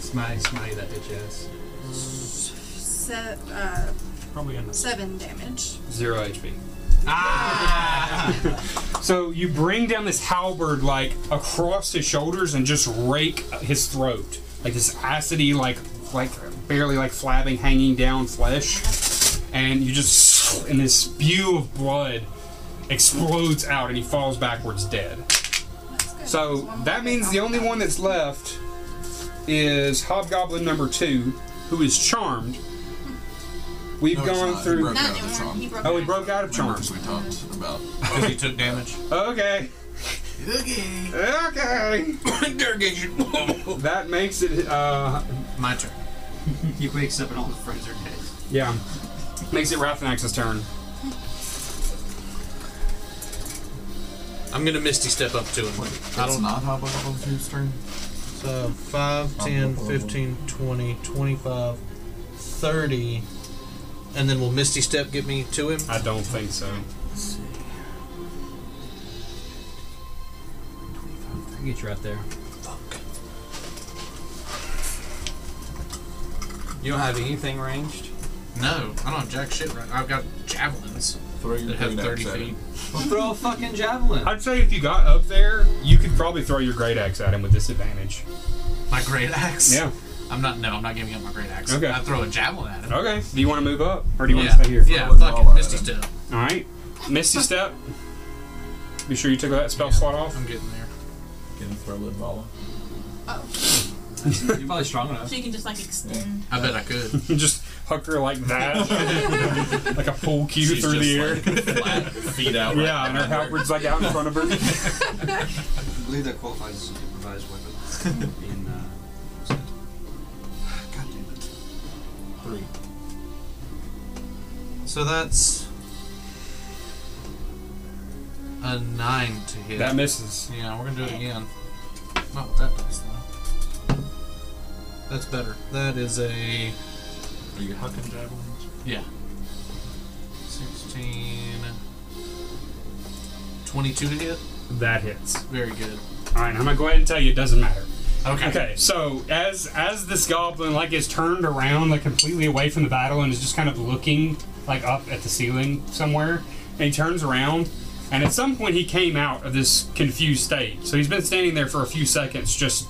L: Smitty, smitty that bitch ass.
E: Se- uh,
C: Probably enough.
E: seven damage.
C: Zero HP. Ah! so you bring down this halberd like across his shoulders and just rake his throat, like this acidy, like like barely like flabbing, hanging down flesh, and you just and this spew of blood explodes out and he falls backwards dead. So that means the only one that's left is Hobgoblin number two, who is charmed. We've
I: No, he's
C: gone
I: not. He
C: through.
I: broke out of charm. He broke
C: oh, he broke out of charm.
I: Remember, we talked about.
D: Because he took damage.
C: Okay.
I: Okay.
C: Okay.
D: Interrogation.
C: that makes it uh
D: My turn.
L: he wakes up and all his friends are dead.
C: yeah. Makes it Rathanax's turn.
A: I'm gonna Misty step up to him. I
I: It's
A: don't
I: not Hobgoblin Tube's turn.
A: So 5, 10, 15, 20, 25, 30. And then will Misty Step get me to him?
C: I don't think so.
L: I can get you right there. You don't have anything ranged?
D: No, I don't have jack shit right I've got javelins
I: Throw your
D: that have
I: great axe
D: 30
I: at
D: feet.
I: him.
L: Well, throw a fucking javelin.
C: I'd say if you got up there, you could probably throw your great axe at him with disadvantage.
D: My great axe?
C: Yeah.
D: I'm not, no, I'm not giving up my great axe.
C: Okay.
D: I throw a javelin at him.
C: Okay. Do you want to move up or do you
D: yeah.
C: want to stay here?
D: Yeah, fuck it. Misty step.
C: All right. Misty step. Be sure you took that spell slot off.
D: I'm getting there.
I: Can you throw it, Vala?
L: You're probably strong enough.
F: So you can just like extend.
D: I bet I could.
C: Just hook her like that, like a pool cue
I: She's
C: through the air.
I: just like flat, feet out. right
C: yeah, and her halberd's like out in front of her.
L: I believe that qualifies as an improvised weapon. in, uh, what's that? God damn it.
I: Three.
A: So that's. A 9 to hit.
C: That misses.
D: Yeah, we're gonna do it again. Not with that dice though.
A: That's better. That is a.
I: Are you hucking javelins?
D: Yeah. 16. 22 to hit.
C: That hits.
D: Very good.
C: All right, I'm gonna go ahead and tell you it doesn't matter.
D: Okay.
C: Okay, so as as this goblin like is turned around like completely away from the battle and is just kind of looking like up at the ceiling somewhere, and he turns around, and at some point he came out of this confused state. So he's been standing there for a few seconds, just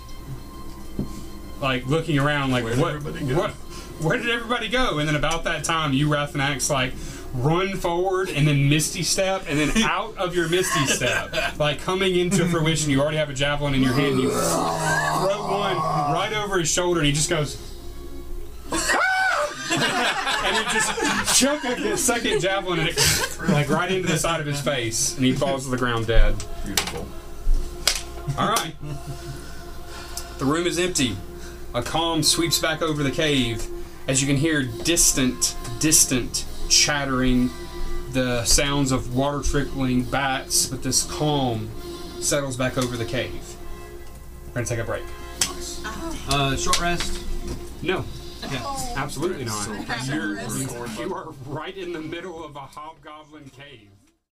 C: like looking around, like
I: Where'd
C: what
I: everybody go?"
C: what where did everybody go? And then about that time, you Rathanax like run forward and then misty step and then out of your misty step like coming into fruition you already have a javelin in your hand you throw one right over his shoulder, and he just goes. "Ah!" and he just chuck a good second javelin and it like right into the side of his face, and he falls to the ground dead.
I: Beautiful.
C: All right, the room is empty. A calm sweeps back over the cave as you can hear distant, distant chattering, the sounds of water trickling, bats. But this calm settles back over the cave. We're gonna take a break.
L: Uh, short rest?
C: No.
L: Okay.
C: Absolutely not.
L: So-
C: You're, you are right in the middle of a hobgoblin cave.